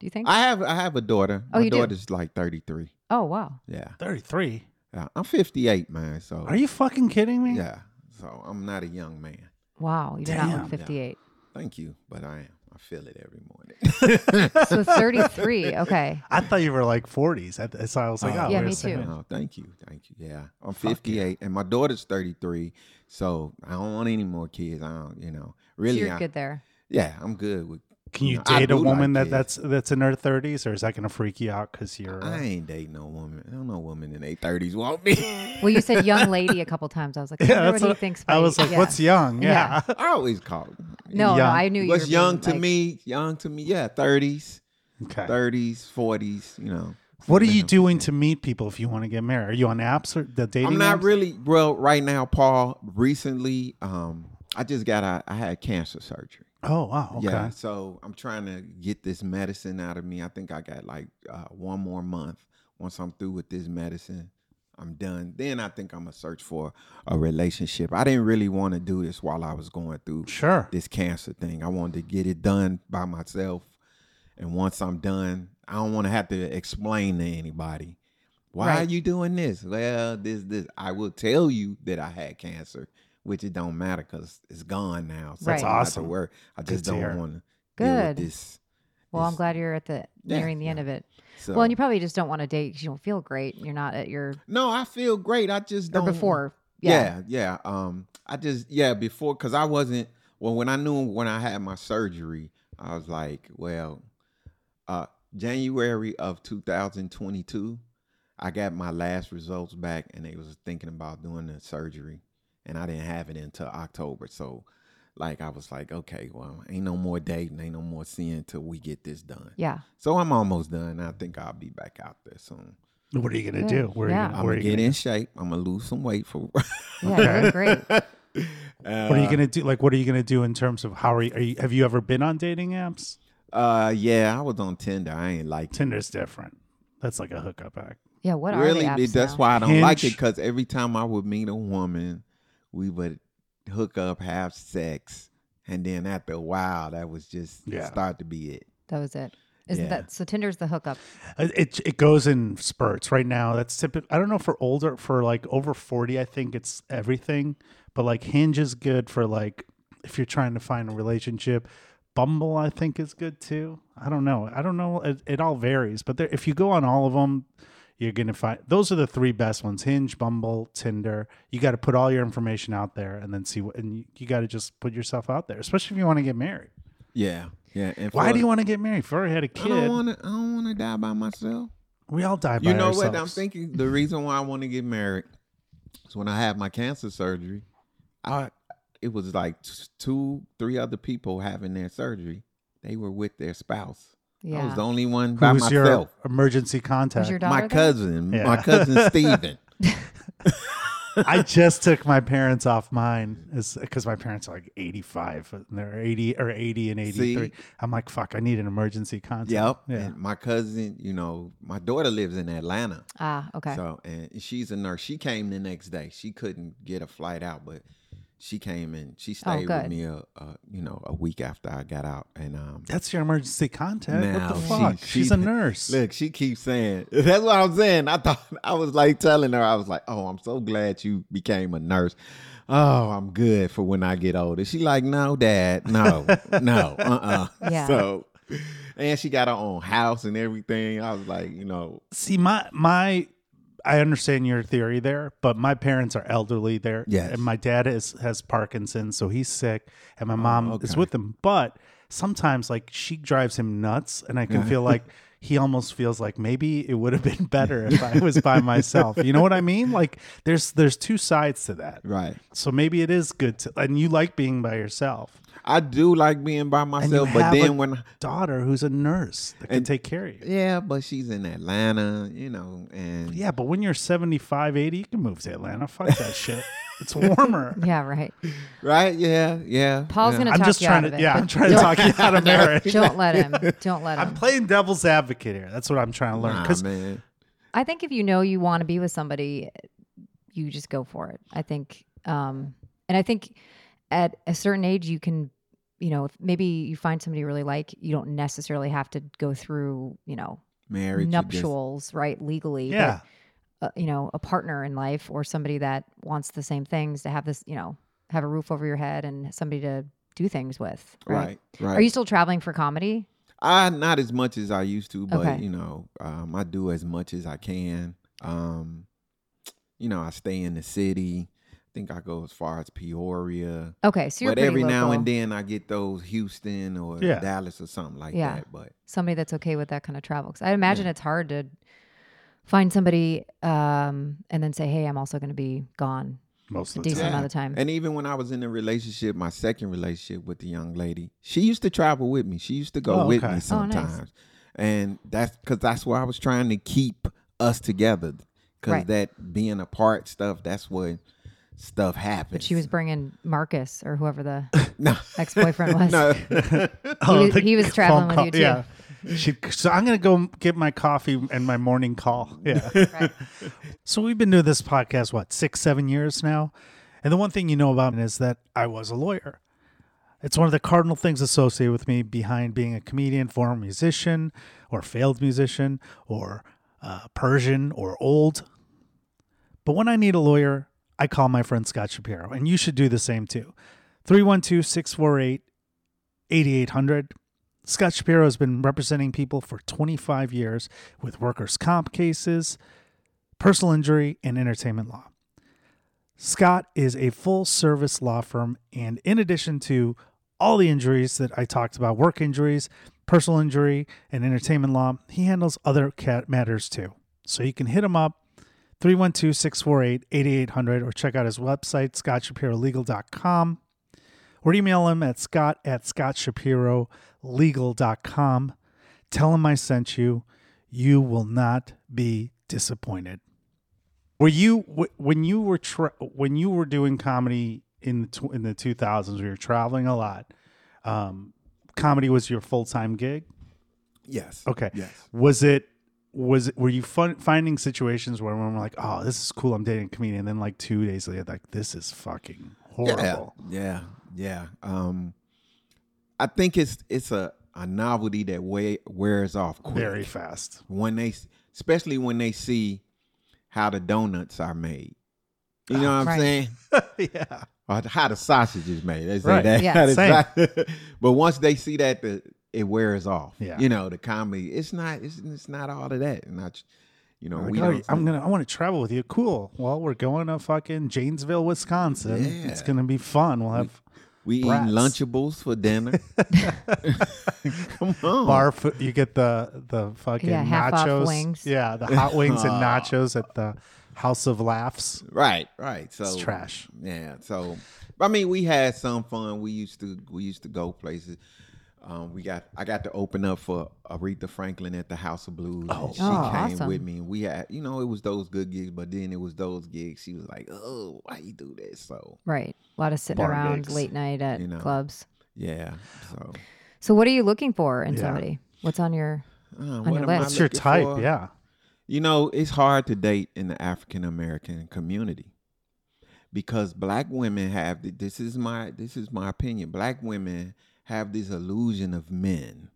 [SPEAKER 2] Do you think?
[SPEAKER 3] I have I have a daughter.
[SPEAKER 2] Oh,
[SPEAKER 3] My
[SPEAKER 2] you do?
[SPEAKER 3] daughter's like thirty three.
[SPEAKER 2] oh, wow.
[SPEAKER 3] Yeah,
[SPEAKER 1] 33
[SPEAKER 3] Yeah. I'm fifty eight, man. So
[SPEAKER 1] are you fucking kidding me
[SPEAKER 3] Oh. Yeah, so I'm not a young man.
[SPEAKER 2] Wow. You do not
[SPEAKER 1] Damn.
[SPEAKER 2] look 58.
[SPEAKER 3] Thank you, but I am. I feel it every morning.
[SPEAKER 2] So 33. Okay.
[SPEAKER 1] I thought you were like 40s. I th- so I was like,
[SPEAKER 3] Oh.
[SPEAKER 1] oh, wait
[SPEAKER 2] Yeah,
[SPEAKER 1] a
[SPEAKER 2] me
[SPEAKER 1] second.
[SPEAKER 2] too.
[SPEAKER 3] oh, thank you, thank you. Yeah, I'm
[SPEAKER 1] Fuck yeah.
[SPEAKER 3] fifty eight, and my daughter's thirty three. So I don't want any more kids. I don't, you know, really.
[SPEAKER 2] so you're
[SPEAKER 3] I-
[SPEAKER 2] good there.
[SPEAKER 3] Yeah, I'm good with.
[SPEAKER 1] Can you
[SPEAKER 3] know, Mm, I
[SPEAKER 1] date a
[SPEAKER 3] do
[SPEAKER 1] woman
[SPEAKER 3] like
[SPEAKER 1] that that's that's in her 30s, or is that gonna freak you out because you're?
[SPEAKER 3] I
[SPEAKER 1] uh,
[SPEAKER 3] ain't dating no woman. I don't know woman in their thirties want me.
[SPEAKER 2] Well, you said young lady a couple times. I was like, I
[SPEAKER 1] Yeah,
[SPEAKER 2] wonder
[SPEAKER 1] that's
[SPEAKER 2] what he
[SPEAKER 1] what-
[SPEAKER 2] thinks.
[SPEAKER 1] I
[SPEAKER 2] about
[SPEAKER 1] was
[SPEAKER 2] you.
[SPEAKER 1] like,
[SPEAKER 2] Yeah.
[SPEAKER 1] what's young? Yeah.
[SPEAKER 2] Yeah.
[SPEAKER 3] I always call. them.
[SPEAKER 2] No, no,
[SPEAKER 1] young?
[SPEAKER 2] I knew you.
[SPEAKER 3] What's
[SPEAKER 2] were
[SPEAKER 3] young
[SPEAKER 2] being,
[SPEAKER 3] to
[SPEAKER 2] like-
[SPEAKER 3] me? Young to me? Yeah, thirties.
[SPEAKER 1] Okay.
[SPEAKER 3] thirties, forties. You know.
[SPEAKER 1] What are you
[SPEAKER 3] minimum.
[SPEAKER 1] doing to meet people if you want to get married? Are you on apps or the dating?
[SPEAKER 3] I'm not
[SPEAKER 1] apps?
[SPEAKER 3] really well right now, Paul. Recently, um, I just got out. I had cancer surgery.
[SPEAKER 1] Oh wow. Okay.
[SPEAKER 3] Yeah, so I'm trying to get this medicine out of me. I think I got like uh, one more month. Once I'm through with this medicine, I'm done. Then I think I'm gonna search for a relationship. I didn't really want to do this while I was going through
[SPEAKER 1] Sure.
[SPEAKER 3] this cancer thing. I wanted to get it done by myself. And once I'm done, I don't want to have to explain to anybody. Why are
[SPEAKER 2] Right.
[SPEAKER 3] you doing this? Well, this, this. I will tell you that I had cancer, which it don't matter because it's gone now. So
[SPEAKER 2] That's
[SPEAKER 3] I don't have to
[SPEAKER 1] awesome.
[SPEAKER 3] worry. I just
[SPEAKER 1] to hear.
[SPEAKER 3] don't want to deal with
[SPEAKER 2] Good.
[SPEAKER 3] this.
[SPEAKER 2] Well, I'm
[SPEAKER 3] Yes.
[SPEAKER 2] glad you're at the
[SPEAKER 3] Yeah,
[SPEAKER 2] nearing the end
[SPEAKER 3] yeah.
[SPEAKER 2] of it.
[SPEAKER 3] So,
[SPEAKER 2] Well, and you probably just don't want to date because you don't feel great. You're not at your
[SPEAKER 3] no, I feel great. I just
[SPEAKER 2] or
[SPEAKER 3] don't.
[SPEAKER 2] before. Yeah.
[SPEAKER 3] Yeah. yeah, Um, I just yeah before because I wasn't well when I knew when I had my surgery, I was like, well, uh, January of 2022, I got my last results back, and they was thinking about doing the surgery, and I didn't have it until October, so. Like I was like, okay, well, ain't no more dating, ain't no more seeing till we get this done.
[SPEAKER 2] Yeah.
[SPEAKER 3] So I'm almost done. I think I'll be back out there soon.
[SPEAKER 1] What are you gonna
[SPEAKER 2] Good.
[SPEAKER 1] do? Where
[SPEAKER 2] Yeah.
[SPEAKER 1] are you,
[SPEAKER 3] I'm
[SPEAKER 1] where are
[SPEAKER 3] gonna
[SPEAKER 1] you
[SPEAKER 3] get
[SPEAKER 1] gonna,
[SPEAKER 3] in shape. I'm gonna lose some weight for.
[SPEAKER 2] Yeah. you look great.
[SPEAKER 1] what are
[SPEAKER 3] uh,
[SPEAKER 1] you gonna do? Like, what are you gonna do in terms of how are you? Are you have you ever been on dating apps?
[SPEAKER 3] Uh, yeah, I was on Tinder. I ain't like it.
[SPEAKER 1] Tinder's different. That's like a hookup act.
[SPEAKER 2] Yeah. What
[SPEAKER 3] really.
[SPEAKER 2] are the apps
[SPEAKER 3] that's
[SPEAKER 2] now?
[SPEAKER 3] why I don't like it.
[SPEAKER 1] Hinge.
[SPEAKER 3] Because every time I would meet a woman, we would hook up, have sex, and then after a while, that was just
[SPEAKER 1] Yeah.
[SPEAKER 3] start to be it.
[SPEAKER 2] That was it. Isn't
[SPEAKER 3] Yeah.
[SPEAKER 2] that so? Tinder's the hookup.
[SPEAKER 1] Uh, It it goes in spurts. Right now, that's typical. I don't know for older, for like over forty, I think it's everything. But like Hinge is good for like if you're trying to find a relationship. Bumble, I think, is good too. I don't know. I don't know. It, it all varies. But there, if you go on all of them, you're gonna find those are the three best ones: Hinge, Bumble, Tinder. You got to put all your information out there and then see what. And you, you got to just put yourself out there, especially if you want to get married.
[SPEAKER 3] Yeah, yeah. And
[SPEAKER 1] Why
[SPEAKER 3] for-
[SPEAKER 1] do you want to get married? If you already had a
[SPEAKER 3] I don't
[SPEAKER 1] kid,
[SPEAKER 3] want to. I don't want to die by myself.
[SPEAKER 1] we all die by
[SPEAKER 3] You know what? I'm
[SPEAKER 1] ourselves.
[SPEAKER 3] thinking the reason why I want to get married is when I had my cancer surgery, I it was like t- two, three other people having their surgery. They were with their spouse.
[SPEAKER 2] Yeah.
[SPEAKER 3] I was the only one by
[SPEAKER 1] Who's your
[SPEAKER 3] myself.
[SPEAKER 1] emergency contact?
[SPEAKER 2] Was your daughter
[SPEAKER 3] My
[SPEAKER 2] there?
[SPEAKER 3] cousin,
[SPEAKER 1] Yeah.
[SPEAKER 3] my cousin Steven.
[SPEAKER 1] I just took my parents off mine because my parents are like 85 and they're 80 or 80 and 83.
[SPEAKER 3] See?
[SPEAKER 1] I'm like, fuck, I need an emergency contact.
[SPEAKER 3] yep.
[SPEAKER 1] Yeah.
[SPEAKER 3] And my cousin, you know, my daughter lives in Atlanta.
[SPEAKER 2] Ah. Okay.
[SPEAKER 3] So and she's a nurse. She came the next day. She couldn't get a flight out, but she came and she stayed with
[SPEAKER 2] Oh, good.
[SPEAKER 3] me a, a you know a week after I got out. And um,
[SPEAKER 1] That's your emergency contact. what
[SPEAKER 3] Now,
[SPEAKER 1] the
[SPEAKER 3] she-
[SPEAKER 1] fuck?
[SPEAKER 3] she-
[SPEAKER 1] She's a nurse.
[SPEAKER 3] Look, she keeps saying that's what I'm saying. I thought I was like telling her, I was like, Oh, I'm so glad you became a nurse. Oh, I'm good for when I get older. She like, No, dad, no, no, uh uh
[SPEAKER 2] Yeah.
[SPEAKER 3] So and she got her own house and everything. I was like, you know,
[SPEAKER 1] See, my my I understand your theory there, but my parents are elderly there.
[SPEAKER 3] Yes.
[SPEAKER 1] And my dad is has Parkinson's, so he's sick, and my mom is
[SPEAKER 3] Oh, okay.
[SPEAKER 1] with him. But sometimes like she drives him nuts, and I can feel like he almost feels like maybe it would have been better if I was by myself. You know what I mean? Like there's there's two sides to that.
[SPEAKER 3] right.
[SPEAKER 1] So maybe it is good to and you like being by yourself.
[SPEAKER 3] I do like being by
[SPEAKER 1] And
[SPEAKER 3] myself,
[SPEAKER 1] you
[SPEAKER 3] but
[SPEAKER 1] have
[SPEAKER 3] then
[SPEAKER 1] a
[SPEAKER 3] when
[SPEAKER 1] daughter who's a nurse that can
[SPEAKER 3] And-
[SPEAKER 1] take care of you.
[SPEAKER 3] yeah, but she's in Atlanta, you know, and
[SPEAKER 1] Yeah, but when you're 75, 80, you can move to Atlanta. Fuck that shit. It's warmer.
[SPEAKER 2] Yeah. Right.
[SPEAKER 3] right, yeah, yeah.
[SPEAKER 2] Paul's
[SPEAKER 3] yeah.
[SPEAKER 2] gonna
[SPEAKER 1] I'm
[SPEAKER 2] talk
[SPEAKER 1] just
[SPEAKER 2] you
[SPEAKER 1] trying
[SPEAKER 2] out
[SPEAKER 1] to,
[SPEAKER 2] of it.
[SPEAKER 1] yeah,
[SPEAKER 2] but
[SPEAKER 1] I'm trying to
[SPEAKER 2] don't-
[SPEAKER 1] talk you out of marriage.
[SPEAKER 2] Don't let him. Don't let him.
[SPEAKER 1] I'm playing devil's advocate here. That's what I'm trying to learn.
[SPEAKER 3] Nah,
[SPEAKER 1] Because
[SPEAKER 3] man.
[SPEAKER 2] I think if you know you want to be with somebody, you just go for it. I think, um, and I think at a certain age, you can, you know, if maybe you find somebody you really like, you don't necessarily have to go through, you know,
[SPEAKER 3] Marriage you just-
[SPEAKER 2] nuptials, right? Legally, but,
[SPEAKER 1] yeah,
[SPEAKER 2] uh, you know, a partner in life or somebody that wants the same things to have this, you know, have a roof over your head and somebody to do things with, right?
[SPEAKER 3] Right, right.
[SPEAKER 2] Are you still traveling for comedy?
[SPEAKER 3] I not as much as I used to, but
[SPEAKER 2] Okay.
[SPEAKER 3] you know, um, I do as much as I can. Um, you know, I stay in the city. I think I go as far as Peoria,
[SPEAKER 2] Okay, so you're
[SPEAKER 3] but
[SPEAKER 2] pretty
[SPEAKER 3] every now
[SPEAKER 2] local.
[SPEAKER 3] and then I get those Houston or
[SPEAKER 1] Yeah.
[SPEAKER 3] Dallas or something like
[SPEAKER 2] Yeah.
[SPEAKER 3] that. But
[SPEAKER 2] somebody that's okay with that kind of travel because i imagine it's hard to find somebody um, and then say hey i'm also going to be gone
[SPEAKER 1] most
[SPEAKER 2] a
[SPEAKER 1] of the
[SPEAKER 2] decent
[SPEAKER 1] time.
[SPEAKER 2] amount of time
[SPEAKER 3] and even when I was in a relationship, my second relationship with the young lady, she used to travel with me. She used to go
[SPEAKER 1] Oh,
[SPEAKER 3] with
[SPEAKER 1] okay.
[SPEAKER 2] Oh,
[SPEAKER 3] me
[SPEAKER 2] nice.
[SPEAKER 3] sometimes, and that's because that's why I was trying to keep us together. Because
[SPEAKER 2] Right.
[SPEAKER 3] that being apart stuff, that's what stuff happens.
[SPEAKER 2] but she was bringing marcus or whoever the
[SPEAKER 3] No.
[SPEAKER 2] ex-boyfriend was
[SPEAKER 3] No.
[SPEAKER 2] was-
[SPEAKER 1] Oh, the
[SPEAKER 2] he was
[SPEAKER 1] phone
[SPEAKER 2] traveling with
[SPEAKER 1] call.
[SPEAKER 2] you, too.
[SPEAKER 1] Yeah. She, so I'm gonna go get my coffee and my morning call. Yeah.
[SPEAKER 2] right.
[SPEAKER 1] so we've been doing this podcast what six, seven years now, and the one thing you know about me is that I was a lawyer. It's one of the cardinal things associated with me behind being a comedian, former musician, or failed musician, or uh, Persian, or old. But when I need a lawyer, I call my friend Scott Shapiro, and you should do the same too. 312 648 8800. Scott Shapiro has been representing people for 25 years with workers' comp cases, personal injury, and entertainment law. Scott is a full service law firm, and in addition to all the injuries that I talked about work injuries, personal injury, and entertainment law he handles other cat matters too. So you can hit him up 312 648 8800 or check out his website, scottshapirolegal.com, or email him at scott at scottshapirolegal.com. Tell him I sent you. You will not be disappointed. Were you wh- when you were tra- when you were doing comedy in the tw- in the two thousands? We were traveling a lot. Um, comedy was your full time gig.
[SPEAKER 3] Yes.
[SPEAKER 1] Okay.
[SPEAKER 3] Yes.
[SPEAKER 1] Was it was it, were you fun, finding situations where when we're like, oh, this is cool, I'm dating a comedian, and then like two days later, like this is fucking horrible.
[SPEAKER 3] Yeah. Yeah. Yeah. Um, I think it's it's a, a novelty that way wears off quick.
[SPEAKER 1] Very fast.
[SPEAKER 3] when they especially when they see how the donuts are made. You know what I'm
[SPEAKER 2] Right.
[SPEAKER 3] saying?
[SPEAKER 1] yeah.
[SPEAKER 3] Or how the sausage is made. They say
[SPEAKER 1] Right.
[SPEAKER 3] that.
[SPEAKER 2] Yeah,
[SPEAKER 3] It's
[SPEAKER 1] same.
[SPEAKER 3] not- but once they see that, the, it wears off.
[SPEAKER 1] Yeah.
[SPEAKER 3] You know, the comedy. It's not. It's, it's not all of that. And I, j- you know,
[SPEAKER 1] Like,
[SPEAKER 3] we
[SPEAKER 1] oh,
[SPEAKER 3] don't.
[SPEAKER 1] I'm gonna. I want to travel with you. Cool. Well, we're going to fucking Janesville, Wisconsin.
[SPEAKER 3] Yeah.
[SPEAKER 1] It's gonna be fun. We'll have
[SPEAKER 3] we eat
[SPEAKER 1] brats.
[SPEAKER 3] Lunchables for dinner. Come on.
[SPEAKER 1] bar food. You get the the fucking
[SPEAKER 2] Yeah, half off
[SPEAKER 1] nachos.
[SPEAKER 2] wings.
[SPEAKER 1] Yeah, the hot wings and nachos at the House of Laughs.
[SPEAKER 3] Right. Right. So
[SPEAKER 1] It's trash.
[SPEAKER 3] Yeah. So, I mean, we had some fun. We used to we used to go places. Um, we got I got to open up for Aretha Franklin at the House of Blues. Oh, she
[SPEAKER 2] Oh,
[SPEAKER 3] came
[SPEAKER 2] awesome.
[SPEAKER 3] with me, and we had you know it was those good gigs, but then it was those gigs. She was like, "Oh, why you do that?" So
[SPEAKER 2] Right. A lot of sitting
[SPEAKER 1] Bar
[SPEAKER 2] around
[SPEAKER 1] gigs,
[SPEAKER 2] late night at
[SPEAKER 3] you know.
[SPEAKER 2] clubs.
[SPEAKER 3] yeah. So
[SPEAKER 2] So what are you looking for in
[SPEAKER 1] Yeah.
[SPEAKER 2] somebody? What's on your
[SPEAKER 3] uh, what
[SPEAKER 2] your
[SPEAKER 3] am I
[SPEAKER 2] list.
[SPEAKER 1] What's your
[SPEAKER 3] looking
[SPEAKER 1] type?
[SPEAKER 3] for?
[SPEAKER 1] Yeah.
[SPEAKER 3] You know, it's hard to date in the African American community because black women have th- this is my this is my opinion. Black women have this illusion of men,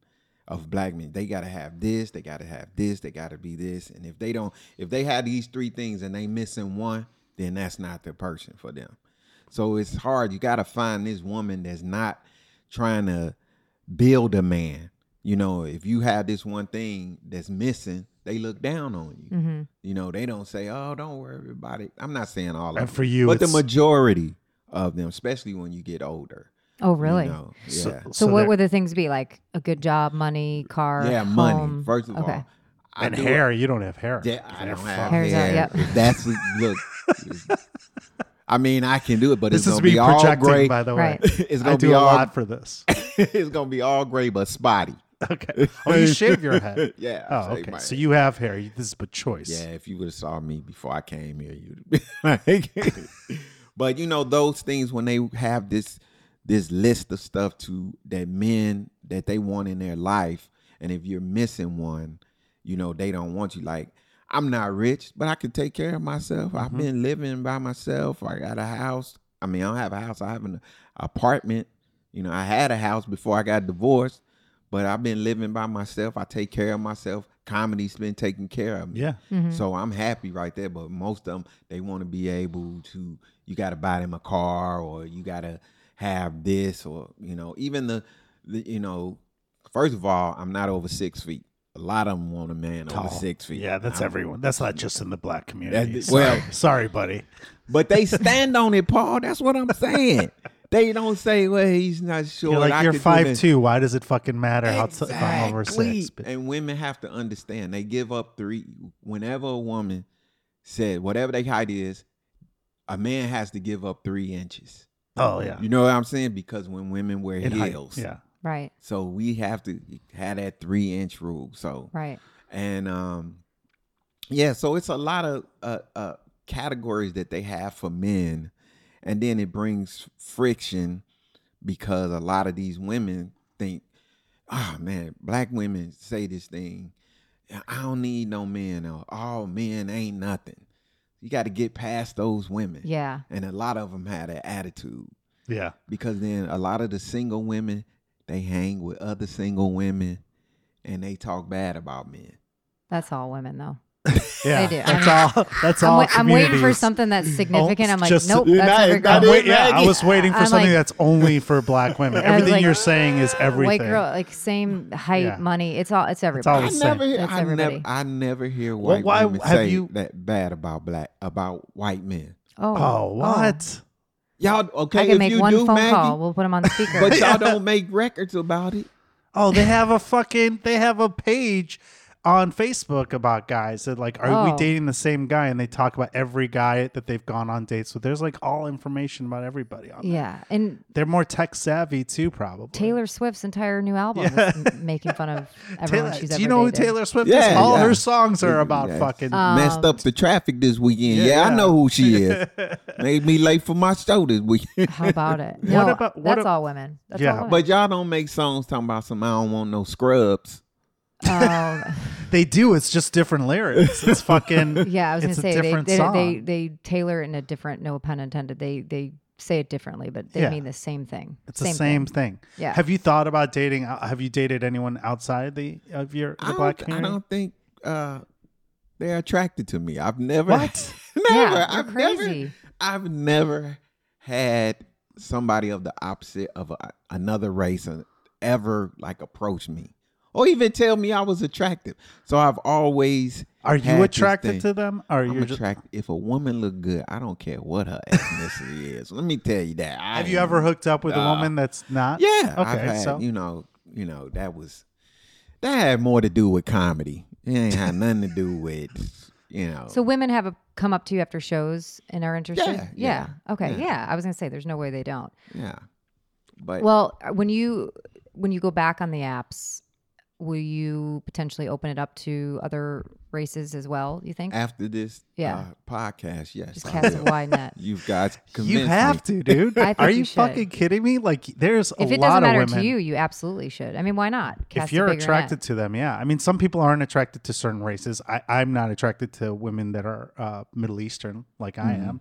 [SPEAKER 3] of black men. They got to have this, they got to have this, they got to be this, and if they don't if they have these three things and they missing one, then that's not the person for them. So it's hard. You got to find this woman that's not trying to build a man. You know, if you have this one thing that's missing, they look down on you.
[SPEAKER 2] Mm. Mm-hmm.
[SPEAKER 3] You know, they don't say, "Oh, don't worry about it." I'm not saying all of
[SPEAKER 1] And
[SPEAKER 3] them,
[SPEAKER 1] for you,
[SPEAKER 3] but the
[SPEAKER 1] it's-
[SPEAKER 3] majority of them, especially when you get older.
[SPEAKER 2] Oh
[SPEAKER 3] you
[SPEAKER 2] really?
[SPEAKER 3] know, yeah.
[SPEAKER 1] So,
[SPEAKER 2] So,
[SPEAKER 1] so
[SPEAKER 2] what
[SPEAKER 1] there-
[SPEAKER 2] would the things be like? A good job, money, car,
[SPEAKER 3] yeah, money.
[SPEAKER 2] home?
[SPEAKER 3] First of
[SPEAKER 2] okay.
[SPEAKER 3] all, I
[SPEAKER 1] and
[SPEAKER 3] do-
[SPEAKER 1] hair? You don't have hair.
[SPEAKER 3] Yeah, I
[SPEAKER 1] You're
[SPEAKER 3] don't have
[SPEAKER 1] fucked.
[SPEAKER 2] Hair's out,
[SPEAKER 3] hair.
[SPEAKER 2] yep.
[SPEAKER 3] If That's what- look. I mean, I can do it, but
[SPEAKER 1] This
[SPEAKER 3] it's
[SPEAKER 1] is
[SPEAKER 3] gonna
[SPEAKER 1] me
[SPEAKER 3] be all
[SPEAKER 1] projecting,
[SPEAKER 3] gray.
[SPEAKER 1] by the way.
[SPEAKER 2] Right.
[SPEAKER 3] It's
[SPEAKER 1] I
[SPEAKER 3] gonna
[SPEAKER 1] do
[SPEAKER 3] be
[SPEAKER 1] a
[SPEAKER 3] all
[SPEAKER 1] lot for this.
[SPEAKER 3] it's gonna be all gray but spotty.
[SPEAKER 1] Okay. Oh, you shave your head.
[SPEAKER 3] Yeah. I
[SPEAKER 1] Oh,
[SPEAKER 3] shave
[SPEAKER 1] okay.
[SPEAKER 3] my
[SPEAKER 1] So
[SPEAKER 3] head.
[SPEAKER 1] you have hair. You- This is but choice.
[SPEAKER 3] Yeah, if you would have saw me before I came here, you'd be like But you know, those things when they have this this list of stuff to that men that they want in their life, and if you're missing one, you know, they don't want you. Like, I'm not rich, but I can take care of myself. I've
[SPEAKER 1] Mm-hmm.
[SPEAKER 3] been living by myself. I got a house. I mean, I don't have a house. I have an apartment. You know, I had a house before I got divorced, but I've been living by myself. I take care of myself. Comedy's been taking care of me.
[SPEAKER 1] Yeah.
[SPEAKER 2] Mm-hmm.
[SPEAKER 3] So I'm happy right there. But most of them, they want to be able to, you got to buy them a car or you got to have this or, you know, even the, the, you know, first of all, I'm not over six feet. A lot of them want a man over six feet.
[SPEAKER 1] Yeah, that's
[SPEAKER 3] I'm-
[SPEAKER 1] everyone. That's not just in the black community.
[SPEAKER 3] That-
[SPEAKER 1] sorry.
[SPEAKER 3] well-
[SPEAKER 1] sorry, buddy.
[SPEAKER 3] But they stand on it, Paul. That's what I'm saying. they don't say, well, he's not sure.
[SPEAKER 1] You're
[SPEAKER 3] I
[SPEAKER 1] like you're
[SPEAKER 3] could do
[SPEAKER 1] five
[SPEAKER 3] this."
[SPEAKER 1] two. Why does it fucking matter how t- if I'm over
[SPEAKER 3] Exactly.
[SPEAKER 1] six? But-
[SPEAKER 3] And women have to understand. They give up three. Whenever a woman said whatever their height is, a man has to give up three inches.
[SPEAKER 1] oh yeah.
[SPEAKER 3] You know what I'm saying? Because when women wear
[SPEAKER 1] In height.
[SPEAKER 3] heels,
[SPEAKER 1] Yeah.
[SPEAKER 2] Right.
[SPEAKER 3] so we have to have that three inch rule. So
[SPEAKER 2] Right.
[SPEAKER 3] and um, yeah, so it's a lot of uh, uh, categories that they have for men, and then it brings friction because a lot of these women think, oh man, black women say this thing, I don't need no man, or all men ain't nothing. You got to get past those women,
[SPEAKER 2] Yeah.
[SPEAKER 3] and a lot of them had that attitude
[SPEAKER 1] Yeah.
[SPEAKER 3] because then a lot of the single women they hang with other single women, and they talk bad about men.
[SPEAKER 2] That's all women though.
[SPEAKER 1] Yeah,
[SPEAKER 2] do. I
[SPEAKER 1] that's all. That's
[SPEAKER 2] I'm,
[SPEAKER 1] all.
[SPEAKER 2] wa- I'm waiting for
[SPEAKER 1] communities.
[SPEAKER 2] something that's significant. I'm like,
[SPEAKER 1] just-
[SPEAKER 2] nope,
[SPEAKER 3] You're
[SPEAKER 2] that's
[SPEAKER 3] not-
[SPEAKER 2] every
[SPEAKER 3] not
[SPEAKER 1] I'm
[SPEAKER 2] girl.
[SPEAKER 1] wait, yeah, I
[SPEAKER 3] Maggie.
[SPEAKER 1] was waiting for
[SPEAKER 2] I'm
[SPEAKER 1] something
[SPEAKER 2] like-
[SPEAKER 1] that's only for black women.
[SPEAKER 2] I was
[SPEAKER 1] Everything
[SPEAKER 2] like,
[SPEAKER 1] you're saying is
[SPEAKER 2] White
[SPEAKER 1] everything. Mm-hmm.
[SPEAKER 2] girl, like same height,
[SPEAKER 1] Yeah.
[SPEAKER 2] money. It's all. It's everybody.
[SPEAKER 1] all
[SPEAKER 3] I
[SPEAKER 1] the
[SPEAKER 3] never,
[SPEAKER 1] same.
[SPEAKER 3] hear,
[SPEAKER 2] That's
[SPEAKER 3] I never,
[SPEAKER 2] everybody.
[SPEAKER 3] I never hear
[SPEAKER 1] Well,
[SPEAKER 3] white
[SPEAKER 1] why
[SPEAKER 3] women
[SPEAKER 1] have
[SPEAKER 3] say
[SPEAKER 1] you-
[SPEAKER 3] that bad about black about white men.
[SPEAKER 1] Oh, what?
[SPEAKER 3] Y'all okay?
[SPEAKER 2] I can
[SPEAKER 3] if
[SPEAKER 2] make
[SPEAKER 3] you
[SPEAKER 2] one
[SPEAKER 3] do,
[SPEAKER 2] phone
[SPEAKER 3] Maggie,
[SPEAKER 2] call. We'll put him on speaker.
[SPEAKER 3] but y'all don't make records about it.
[SPEAKER 1] Oh, they have a fucking they have a page on Facebook about guys that like are we
[SPEAKER 2] Oh.
[SPEAKER 1] dating the same guy and they talk about every guy that they've gone on dates with. There's like all information about everybody on there.
[SPEAKER 2] yeah, and
[SPEAKER 1] They're more tech savvy too, probably.
[SPEAKER 2] Taylor Swift's entire new album
[SPEAKER 1] Yeah.
[SPEAKER 2] is m- making fun of everyone
[SPEAKER 1] Taylor,
[SPEAKER 2] she's
[SPEAKER 1] do
[SPEAKER 2] ever
[SPEAKER 1] you know
[SPEAKER 2] dated. Um,
[SPEAKER 1] who Taylor Swift is?
[SPEAKER 3] Yeah,
[SPEAKER 1] All
[SPEAKER 3] yeah.
[SPEAKER 1] her songs are about
[SPEAKER 3] Yeah.
[SPEAKER 1] fucking
[SPEAKER 3] Messed up the traffic this weekend.
[SPEAKER 1] Yeah,
[SPEAKER 3] Yeah,
[SPEAKER 1] yeah.
[SPEAKER 3] I know who she is. Made me late for my show this weekend.
[SPEAKER 2] How about it? No,
[SPEAKER 1] about- what
[SPEAKER 2] that's
[SPEAKER 1] ab-
[SPEAKER 2] all women. That's
[SPEAKER 1] Yeah,
[SPEAKER 2] all women.
[SPEAKER 3] But y'all don't make songs talking about some I don't want no scrubs.
[SPEAKER 2] um,
[SPEAKER 1] They do. It's just different lyrics. It's fucking
[SPEAKER 2] yeah, I was gonna
[SPEAKER 1] It's a
[SPEAKER 2] say they
[SPEAKER 1] different
[SPEAKER 2] they,
[SPEAKER 1] song.
[SPEAKER 2] they they tailor it in a different. No pun intended. They they say it differently, but they
[SPEAKER 1] Yeah.
[SPEAKER 2] mean the same thing.
[SPEAKER 1] It's the same thing.
[SPEAKER 2] Yeah.
[SPEAKER 1] Have you thought about dating? uh, Have you dated anyone outside the of your the
[SPEAKER 3] I
[SPEAKER 1] black
[SPEAKER 3] don't, I
[SPEAKER 1] community?
[SPEAKER 3] don't think uh, they're attracted to me. I've never,
[SPEAKER 1] What?
[SPEAKER 3] never,
[SPEAKER 2] Yeah, you're
[SPEAKER 3] I've
[SPEAKER 2] crazy.
[SPEAKER 3] never, I've never had somebody of the opposite of a, another race and ever like approach me or even tell me I was attractive. So I've always
[SPEAKER 1] Are
[SPEAKER 3] had
[SPEAKER 1] you
[SPEAKER 3] this
[SPEAKER 1] attracted
[SPEAKER 3] thing.
[SPEAKER 1] to them? Or
[SPEAKER 3] I'm
[SPEAKER 1] you're just,
[SPEAKER 3] attracted. If a woman look good, I don't care what her ethnicity is. Let me tell you that. I
[SPEAKER 1] have you
[SPEAKER 3] am-
[SPEAKER 1] ever hooked up with a
[SPEAKER 3] Nah.
[SPEAKER 1] woman that's not?
[SPEAKER 3] Yeah.
[SPEAKER 1] Okay.
[SPEAKER 3] I've had,
[SPEAKER 1] so
[SPEAKER 3] you know, you know, that was that had more to do with comedy. It ain't had nothing to do with you
[SPEAKER 1] Oh.
[SPEAKER 3] know.
[SPEAKER 2] So women have a, come up to you after shows and are interested.
[SPEAKER 3] Yeah, yeah,
[SPEAKER 2] Okay.
[SPEAKER 3] yeah.
[SPEAKER 2] Yeah. I was gonna say there's no way they don't.
[SPEAKER 3] yeah. But
[SPEAKER 2] Well, uh, when you when you go back on the apps, will you potentially open it up to other races as well? You think?
[SPEAKER 3] after this
[SPEAKER 2] Yeah.
[SPEAKER 3] uh, podcast, yes.
[SPEAKER 2] Just
[SPEAKER 3] I
[SPEAKER 2] cast a
[SPEAKER 3] will.
[SPEAKER 2] wide net.
[SPEAKER 3] You guys convinced
[SPEAKER 1] you have to,
[SPEAKER 3] me.
[SPEAKER 1] dude.
[SPEAKER 2] I think
[SPEAKER 1] Are
[SPEAKER 2] you
[SPEAKER 1] you
[SPEAKER 2] should.
[SPEAKER 1] fucking kidding me? Like, there's a
[SPEAKER 2] If it
[SPEAKER 1] lot
[SPEAKER 2] doesn't matter
[SPEAKER 1] of women.
[SPEAKER 2] to you, you absolutely should. I mean, why not? Cast
[SPEAKER 1] if you're
[SPEAKER 2] a bigger
[SPEAKER 1] attracted
[SPEAKER 2] net.
[SPEAKER 1] to them, yeah. I mean, some people aren't attracted to certain races. I, I'm not attracted to women that are uh, Middle Eastern, like I
[SPEAKER 2] Mm-hmm.
[SPEAKER 1] am.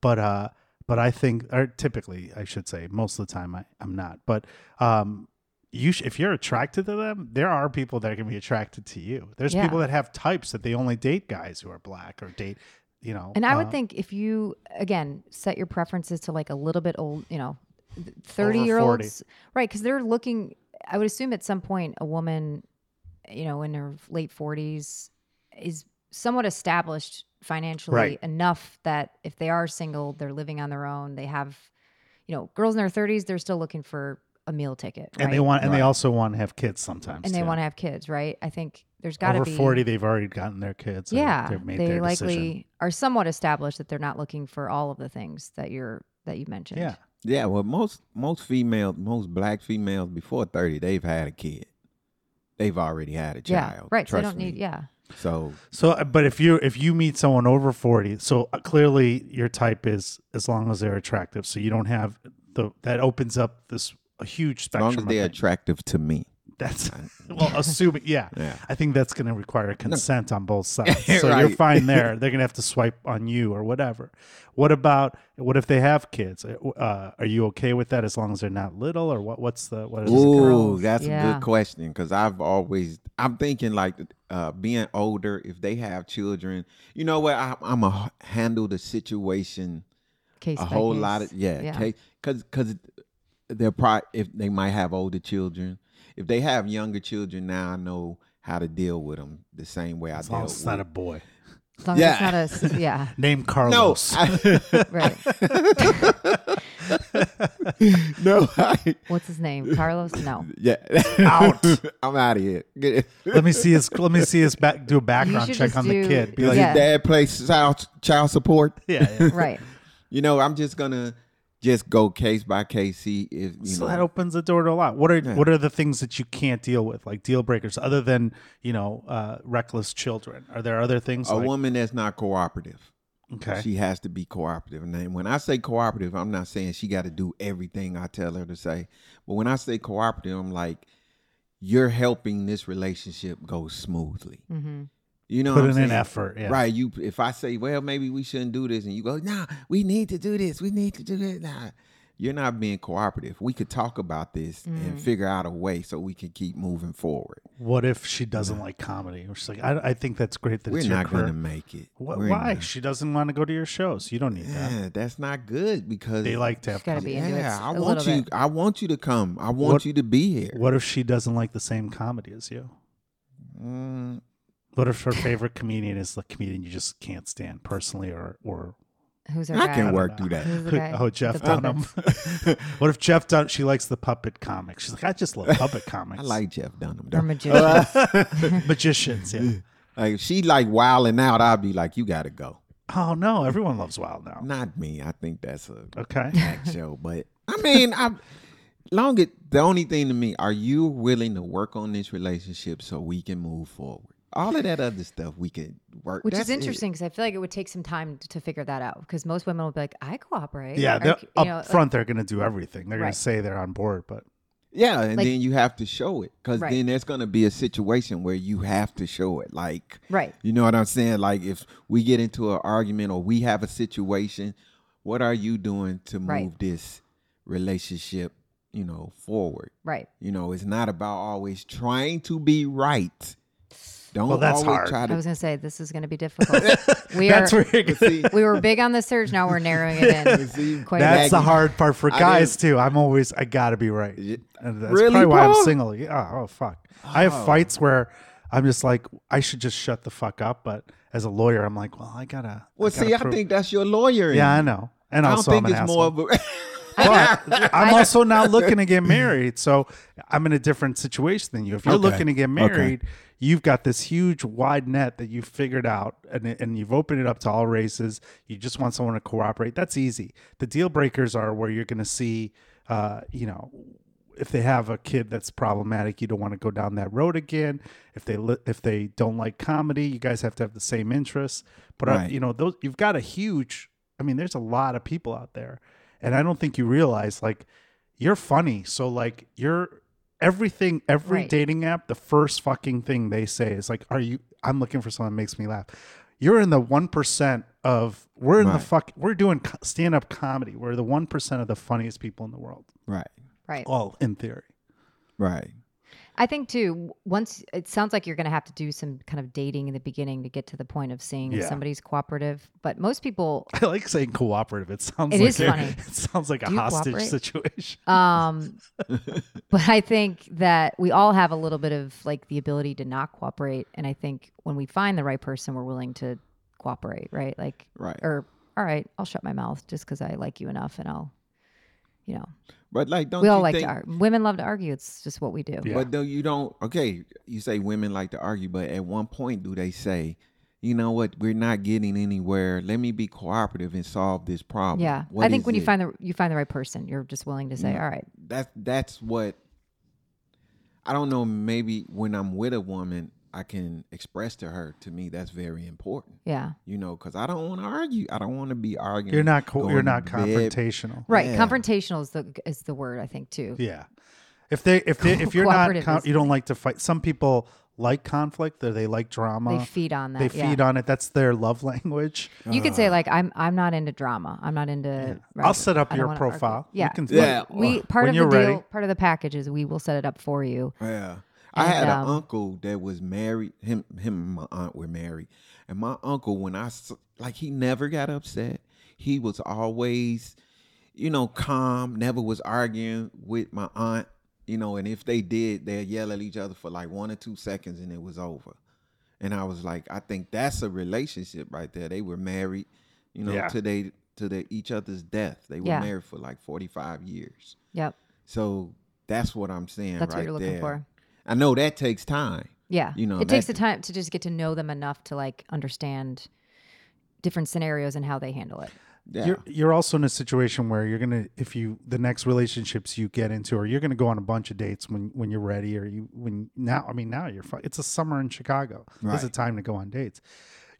[SPEAKER 1] But uh, but I think, or typically, I should say, most of the time, I, I'm not. But um, you, sh- if you're attracted to them, there are people that can be attracted to you. There's
[SPEAKER 2] Yeah.
[SPEAKER 1] people that have types that they only date guys who are black or date, you know.
[SPEAKER 2] and I would
[SPEAKER 1] uh,
[SPEAKER 2] think if you again set your preferences to like a little bit old, you know,
[SPEAKER 1] Over 40.
[SPEAKER 2] thirty year olds, right? Because they're looking. I would assume at some point a woman, you know, in her late forties, is somewhat established financially
[SPEAKER 1] Right.
[SPEAKER 2] enough that if they are single, they're living on their own. They have, you know, girls in their thirties, they're still looking for a meal ticket,
[SPEAKER 1] and
[SPEAKER 2] right?
[SPEAKER 1] they want, and they
[SPEAKER 3] Right.
[SPEAKER 1] also want to have kids sometimes.
[SPEAKER 2] and they
[SPEAKER 1] too.
[SPEAKER 2] want to have kids, right? I think there's got to
[SPEAKER 1] over
[SPEAKER 2] be
[SPEAKER 1] 40. They've already gotten their kids. or
[SPEAKER 2] yeah
[SPEAKER 1] they've made
[SPEAKER 2] they
[SPEAKER 1] their
[SPEAKER 2] likely
[SPEAKER 1] decision.
[SPEAKER 2] are somewhat established that they're not looking for all of the things that you're that you mentioned
[SPEAKER 1] Yeah.
[SPEAKER 3] Yeah, well most most females, most black females before thirty, they've had a kid. They've already had a
[SPEAKER 2] yeah
[SPEAKER 3] child.
[SPEAKER 2] right so they
[SPEAKER 3] trust
[SPEAKER 2] don't
[SPEAKER 3] me.
[SPEAKER 2] need yeah
[SPEAKER 3] So
[SPEAKER 1] So, uh, but if you if you meet someone over forty, so uh, clearly your type is as long as they're attractive. So you don't have the that opens up this a huge
[SPEAKER 3] as
[SPEAKER 1] spectrum.
[SPEAKER 3] long as
[SPEAKER 1] of
[SPEAKER 3] they're
[SPEAKER 1] things.
[SPEAKER 3] attractive to me.
[SPEAKER 1] that's well, assuming yeah,
[SPEAKER 3] Yeah.
[SPEAKER 1] I think that's going to require consent on both sides. So you're
[SPEAKER 3] Right.
[SPEAKER 1] fine there. They're going to have to swipe on you or whatever. What about what if they have kids? Uh, are you okay with that as long as they're not little or what? What's the what is it?
[SPEAKER 3] Ooh,
[SPEAKER 2] girls.
[SPEAKER 3] that's a
[SPEAKER 2] Yeah.
[SPEAKER 3] good question because I've always I'm thinking like uh, being older. If they have children, you know what? I, I'm a handle the situation
[SPEAKER 2] case
[SPEAKER 3] a
[SPEAKER 2] by
[SPEAKER 3] whole
[SPEAKER 2] case.
[SPEAKER 3] lot of yeah,
[SPEAKER 2] yeah
[SPEAKER 3] because because they're probably if they might have older children. If they have younger children now, I know how to deal with them the same way I
[SPEAKER 1] As long
[SPEAKER 3] deal
[SPEAKER 1] as it's
[SPEAKER 3] with.
[SPEAKER 1] not a boy.
[SPEAKER 2] as long
[SPEAKER 3] Yeah.
[SPEAKER 2] as it's not a s- yeah
[SPEAKER 1] Name
[SPEAKER 3] no,
[SPEAKER 1] Carlos.
[SPEAKER 3] I,
[SPEAKER 2] right
[SPEAKER 3] no, I,
[SPEAKER 2] what's his name carlos no
[SPEAKER 3] yeah,
[SPEAKER 1] Out.
[SPEAKER 3] I'm out of here. Get it.
[SPEAKER 1] let me see his. Let me see his back. Do a background
[SPEAKER 2] should
[SPEAKER 1] check
[SPEAKER 2] just
[SPEAKER 1] on the
[SPEAKER 2] do-
[SPEAKER 1] kid. Be
[SPEAKER 3] Does
[SPEAKER 1] like,
[SPEAKER 2] Yeah.
[SPEAKER 3] his dad play child child support?
[SPEAKER 1] yeah, yeah.
[SPEAKER 2] right
[SPEAKER 3] You know, I'm just gonna just go case by case. See if you
[SPEAKER 1] So
[SPEAKER 3] know.
[SPEAKER 1] that opens the door to a lot. What are what are the things that you can't deal with, like deal breakers, other than you know uh, reckless children? Are there other things?
[SPEAKER 3] a
[SPEAKER 1] like,
[SPEAKER 3] woman that's not cooperative.
[SPEAKER 1] okay,
[SPEAKER 3] She has to be cooperative. And then when I say cooperative, I'm not saying she got to do everything I tell her to say. But when I say cooperative, I'm like, you're helping this relationship go smoothly.
[SPEAKER 2] mm-hmm.
[SPEAKER 3] You know,
[SPEAKER 1] put
[SPEAKER 3] what
[SPEAKER 1] in
[SPEAKER 3] I'm
[SPEAKER 1] an
[SPEAKER 3] saying?
[SPEAKER 1] effort. Yeah.
[SPEAKER 3] Right. You if I say, well, maybe we shouldn't do this, and you go, nah, we need to do this. We need to do that. Nah. you're not being cooperative. We could talk about this and figure out a way so we can keep moving forward.
[SPEAKER 1] What if she doesn't like comedy? Or she's like, I, I think that's great that it's
[SPEAKER 3] We're
[SPEAKER 1] your
[SPEAKER 3] not
[SPEAKER 1] career.
[SPEAKER 3] going to make it.
[SPEAKER 1] Wh-
[SPEAKER 3] We're
[SPEAKER 1] why?
[SPEAKER 3] not.
[SPEAKER 1] She doesn't want to go to your shows. You don't need that.
[SPEAKER 3] Yeah, that's not good because
[SPEAKER 1] They like to
[SPEAKER 2] She's
[SPEAKER 1] have.
[SPEAKER 2] got to
[SPEAKER 1] com-
[SPEAKER 2] be into it.
[SPEAKER 3] Yeah,
[SPEAKER 2] s-
[SPEAKER 3] I
[SPEAKER 2] a
[SPEAKER 3] want
[SPEAKER 2] little
[SPEAKER 3] you.
[SPEAKER 2] bit.
[SPEAKER 3] I want you to come. I want
[SPEAKER 1] What-
[SPEAKER 3] you to be here.
[SPEAKER 1] What if she doesn't like the same comedy as you?
[SPEAKER 3] Mm,
[SPEAKER 1] What if her favorite comedian is the comedian you just can't stand personally, or or
[SPEAKER 2] Who's our
[SPEAKER 3] I
[SPEAKER 2] guy?
[SPEAKER 3] can work through that.
[SPEAKER 2] Who's the guy?
[SPEAKER 1] oh Jeff
[SPEAKER 2] The puppet.
[SPEAKER 1] Dunham? what if Jeff Dunham? She likes the puppet comic. She's like, I just love puppet comics.
[SPEAKER 3] I like Jeff Dunham.
[SPEAKER 2] Or
[SPEAKER 3] Though.
[SPEAKER 2] magician.
[SPEAKER 1] magicians. Yeah.
[SPEAKER 3] Like if she like wilding out, I'd be like, you got to go.
[SPEAKER 1] Oh no, everyone loves Wild now.
[SPEAKER 3] Not me. I think that's a
[SPEAKER 1] Okay.
[SPEAKER 3] act show. But I mean, I long it. The only thing to me, are you willing to work on this relationship so we can move forward? All of that other stuff we can work.
[SPEAKER 2] Which
[SPEAKER 3] That's e
[SPEAKER 2] is
[SPEAKER 3] it.
[SPEAKER 2] interesting because I feel like it would take some time to, to figure that out because most women will be like, I cooperate.
[SPEAKER 1] Yeah,
[SPEAKER 2] Or,
[SPEAKER 1] they're-
[SPEAKER 2] you
[SPEAKER 1] up
[SPEAKER 2] know, like-
[SPEAKER 1] front they're going to do everything. They're going
[SPEAKER 2] Right.
[SPEAKER 1] to say they're on board, but
[SPEAKER 3] Yeah, and
[SPEAKER 2] Like-
[SPEAKER 3] then you have to show it because
[SPEAKER 2] Right.
[SPEAKER 3] then there's going to be a situation where you have to show it. Like,
[SPEAKER 2] Right.
[SPEAKER 3] You know what I'm saying? Like, if we get into an argument or we have a situation, what are you doing to move
[SPEAKER 2] Right.
[SPEAKER 3] this relationship, you know, forward?
[SPEAKER 2] Right.
[SPEAKER 3] You know, it's not about always trying to be right. Don't
[SPEAKER 1] Well, that's
[SPEAKER 3] always
[SPEAKER 1] hard.
[SPEAKER 3] try
[SPEAKER 2] I
[SPEAKER 3] to.
[SPEAKER 2] was going to say, this is going to be difficult. we are.
[SPEAKER 1] that's where you're gonna,
[SPEAKER 3] See,
[SPEAKER 2] we were big on the surge. Now we're narrowing it in.
[SPEAKER 3] see,
[SPEAKER 2] Quite a
[SPEAKER 1] that's
[SPEAKER 2] bit.
[SPEAKER 1] the hard part for
[SPEAKER 3] I
[SPEAKER 1] guys too. I'm always I got to be right.
[SPEAKER 3] Yeah.
[SPEAKER 1] And that's
[SPEAKER 3] Really,
[SPEAKER 1] probably why I'm
[SPEAKER 3] Paul?
[SPEAKER 1] single. Yeah. Oh fuck. I have fights where I'm just like I should just shut the fuck up, but as a lawyer, I'm like, well, I gotta.
[SPEAKER 3] well,
[SPEAKER 1] gotta
[SPEAKER 3] see, I
[SPEAKER 1] prove-
[SPEAKER 3] think that's your lawyer. in
[SPEAKER 1] Yeah, I
[SPEAKER 3] you.
[SPEAKER 1] know. And
[SPEAKER 3] I don't
[SPEAKER 1] also,
[SPEAKER 3] think
[SPEAKER 1] I'm
[SPEAKER 3] it's
[SPEAKER 1] an
[SPEAKER 3] more
[SPEAKER 1] asshole.
[SPEAKER 3] of a.
[SPEAKER 1] But I'm also not looking to get married. So I'm in a different situation than you. If you're
[SPEAKER 3] Okay.
[SPEAKER 1] looking to get
[SPEAKER 3] Okay.
[SPEAKER 1] married, you've got this huge wide net that you've figured out and, and you've opened it up to all races. You just want someone to cooperate. That's easy. The deal breakers are where you're going to see, uh, you know, if they have a kid that's problematic, you don't want to go down that road again. If they li- if they don't like comedy, you guys have to have the same interests. But uh,
[SPEAKER 3] Right.
[SPEAKER 1] you know, those you've got a huge. I mean, there's a lot of people out there, and I don't think you realize like you're funny. So like you're everything. Every
[SPEAKER 2] Right.
[SPEAKER 1] dating app, the first fucking thing they say is like, "Are you?" I'm looking for someone that makes me laugh. You're in the one percent of we're in the
[SPEAKER 3] Right.
[SPEAKER 1] fuck we're doing stand up comedy. We're the one percent of the funniest people in the world,
[SPEAKER 3] right,
[SPEAKER 2] Right.
[SPEAKER 1] all in theory.
[SPEAKER 3] right.
[SPEAKER 2] I think too. w- Once it sounds like you're going to have to do some kind of dating in the beginning to get to the point of seeing if
[SPEAKER 1] Yeah.
[SPEAKER 2] somebody's cooperative. But most people,
[SPEAKER 1] I like saying cooperative. It sounds
[SPEAKER 2] It
[SPEAKER 1] like
[SPEAKER 2] is
[SPEAKER 1] a-
[SPEAKER 2] funny.
[SPEAKER 1] It sounds like a
[SPEAKER 2] Do you
[SPEAKER 1] hostage
[SPEAKER 2] cooperate?
[SPEAKER 1] situation.
[SPEAKER 2] um, but I think that we all have a little bit of like the ability to not cooperate. And I think when we find the right person, we're willing to cooperate. Right. Like,
[SPEAKER 3] Right.
[SPEAKER 2] or all right, I'll shut my mouth just because I like you enough, and I'll, you know,
[SPEAKER 3] But like, don't
[SPEAKER 2] we all
[SPEAKER 3] you
[SPEAKER 2] like
[SPEAKER 3] think,
[SPEAKER 2] to argue. Women love to argue. It's just what we do.
[SPEAKER 1] Yeah.
[SPEAKER 3] But though you don't, okay, you say women like to argue, but at one point do they say, you know what, we're not getting anywhere. Let me be cooperative and solve this problem.
[SPEAKER 2] Yeah,
[SPEAKER 3] What
[SPEAKER 2] I think
[SPEAKER 3] is
[SPEAKER 2] when you
[SPEAKER 3] it?
[SPEAKER 2] find the you find the right person, you're just willing to say, "All right,
[SPEAKER 3] that's that's what I don't know. Maybe when I'm with a woman, I can express to her. To me, that's very important.
[SPEAKER 2] yeah,
[SPEAKER 3] You know, because I don't want to argue. I don't want to be arguing.
[SPEAKER 1] You're not co-
[SPEAKER 3] going
[SPEAKER 1] you're
[SPEAKER 3] to
[SPEAKER 1] not
[SPEAKER 3] bed.
[SPEAKER 1] confrontational.
[SPEAKER 2] right."
[SPEAKER 3] Yeah.
[SPEAKER 2] Confrontational is the is the word I think too.
[SPEAKER 1] Yeah. If they if they, if you're not
[SPEAKER 2] Cooperative
[SPEAKER 1] con-
[SPEAKER 2] is
[SPEAKER 1] you don't like to fight. Some people like conflict. Or they like drama.
[SPEAKER 2] They feed on that.
[SPEAKER 1] They
[SPEAKER 2] yeah.
[SPEAKER 1] feed on it. That's their love language.
[SPEAKER 2] You could say like, "I'm I'm not into drama. I'm not into."
[SPEAKER 1] I'll set up
[SPEAKER 2] I don't
[SPEAKER 1] your
[SPEAKER 2] wanna argue."
[SPEAKER 1] profile. You
[SPEAKER 2] Yeah,
[SPEAKER 1] can-
[SPEAKER 3] Yeah.
[SPEAKER 2] We part
[SPEAKER 1] When
[SPEAKER 2] of the
[SPEAKER 1] you're
[SPEAKER 2] deal,
[SPEAKER 1] ready.
[SPEAKER 2] part of the package is we will set it up for you.
[SPEAKER 3] Yeah. I
[SPEAKER 2] And,
[SPEAKER 3] had
[SPEAKER 2] um,
[SPEAKER 3] an uncle that was married. Him, him, and my aunt were married, and my uncle, when I s- like, he never got upset. He was always, you know, calm. Never was arguing with my aunt. You know, and if they did, they'd yell at each other for like one or two seconds, and it was over. And I was like, I think that's a relationship right there. They were married, you know,
[SPEAKER 1] Yeah.
[SPEAKER 3] to they to their each other's death. They were
[SPEAKER 2] Yeah.
[SPEAKER 3] married for like forty five years.
[SPEAKER 2] Yep,
[SPEAKER 3] So that's what I'm saying.
[SPEAKER 2] that's
[SPEAKER 3] right
[SPEAKER 2] what you're looking
[SPEAKER 3] there.
[SPEAKER 2] for.
[SPEAKER 3] I know that takes time.
[SPEAKER 2] Yeah,
[SPEAKER 3] You know,
[SPEAKER 2] it takes the
[SPEAKER 3] that-
[SPEAKER 2] time to just get to know them enough to like understand different scenarios and how they handle it.
[SPEAKER 3] Yeah.
[SPEAKER 1] You're you're also in a situation where you're gonna if you the next relationships you get into or you're gonna go on a bunch of dates when when you're ready or you when now I mean now you're fu- it's a summer in Chicago. It's a
[SPEAKER 3] Right.
[SPEAKER 1] time to go on dates.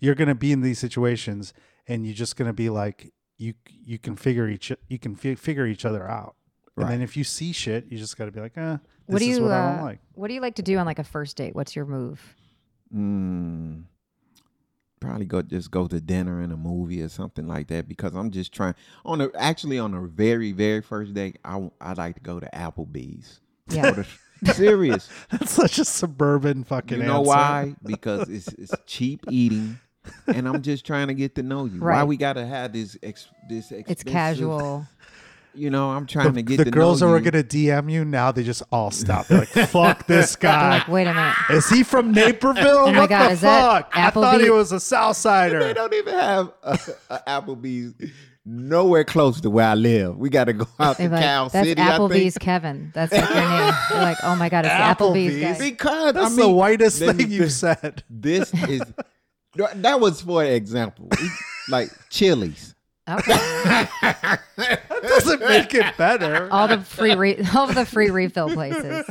[SPEAKER 1] You're gonna be in these situations and you're just gonna be like you you can figure each you can fi- figure each other out. And then if you see shit, you just gotta be like, eh, this
[SPEAKER 2] what do you
[SPEAKER 1] is what I
[SPEAKER 2] uh,
[SPEAKER 1] don't like.
[SPEAKER 2] What do you like to do on like a first date? What's your move?
[SPEAKER 3] Mm, probably go just go to dinner and a movie or something like that because I'm just trying on a actually on a very very first day I I like to go to Applebee's.
[SPEAKER 2] Yeah.
[SPEAKER 3] Or the- Serious.
[SPEAKER 1] That's such a suburban fucking.
[SPEAKER 3] You know
[SPEAKER 1] answer.
[SPEAKER 3] why? Because it's it's cheap eating, and I'm just trying to get to know you. Why
[SPEAKER 2] Right.
[SPEAKER 3] we gotta have this ex, this
[SPEAKER 2] It's
[SPEAKER 3] expensive-
[SPEAKER 2] casual.
[SPEAKER 3] You know, I'm
[SPEAKER 1] The,
[SPEAKER 3] trying to get
[SPEAKER 1] the
[SPEAKER 3] to
[SPEAKER 1] girls that
[SPEAKER 3] know
[SPEAKER 1] were
[SPEAKER 3] you.
[SPEAKER 1] gonna DM you now, they just all stop. They're like, "Fuck this
[SPEAKER 2] They're
[SPEAKER 1] guy!
[SPEAKER 2] like, wait a minute.
[SPEAKER 1] Is he from Naperville?
[SPEAKER 2] Oh my
[SPEAKER 1] what
[SPEAKER 2] God,
[SPEAKER 1] the
[SPEAKER 2] is that
[SPEAKER 1] fuck? I thought he
[SPEAKER 2] Applebee-
[SPEAKER 1] was a
[SPEAKER 3] They
[SPEAKER 1] Southsider.
[SPEAKER 3] don't even have a, a Applebee's nowhere close to where I live. We gotta go out
[SPEAKER 2] They're
[SPEAKER 3] to
[SPEAKER 2] like,
[SPEAKER 3] Cal
[SPEAKER 2] that's
[SPEAKER 3] City.
[SPEAKER 2] Applebee's Kevin. That's like their name. They're like, oh my God, it's Applebee's.
[SPEAKER 3] I
[SPEAKER 1] Applebee's.
[SPEAKER 2] guy.
[SPEAKER 3] think. Because
[SPEAKER 1] That's
[SPEAKER 3] I mean,
[SPEAKER 1] the whitest
[SPEAKER 3] then
[SPEAKER 1] thing
[SPEAKER 3] the-
[SPEAKER 1] you've said.
[SPEAKER 3] This is that was for example, like Chili's.
[SPEAKER 2] Okay.
[SPEAKER 1] Doesn't make it better.
[SPEAKER 2] All the free re- all the free refill places.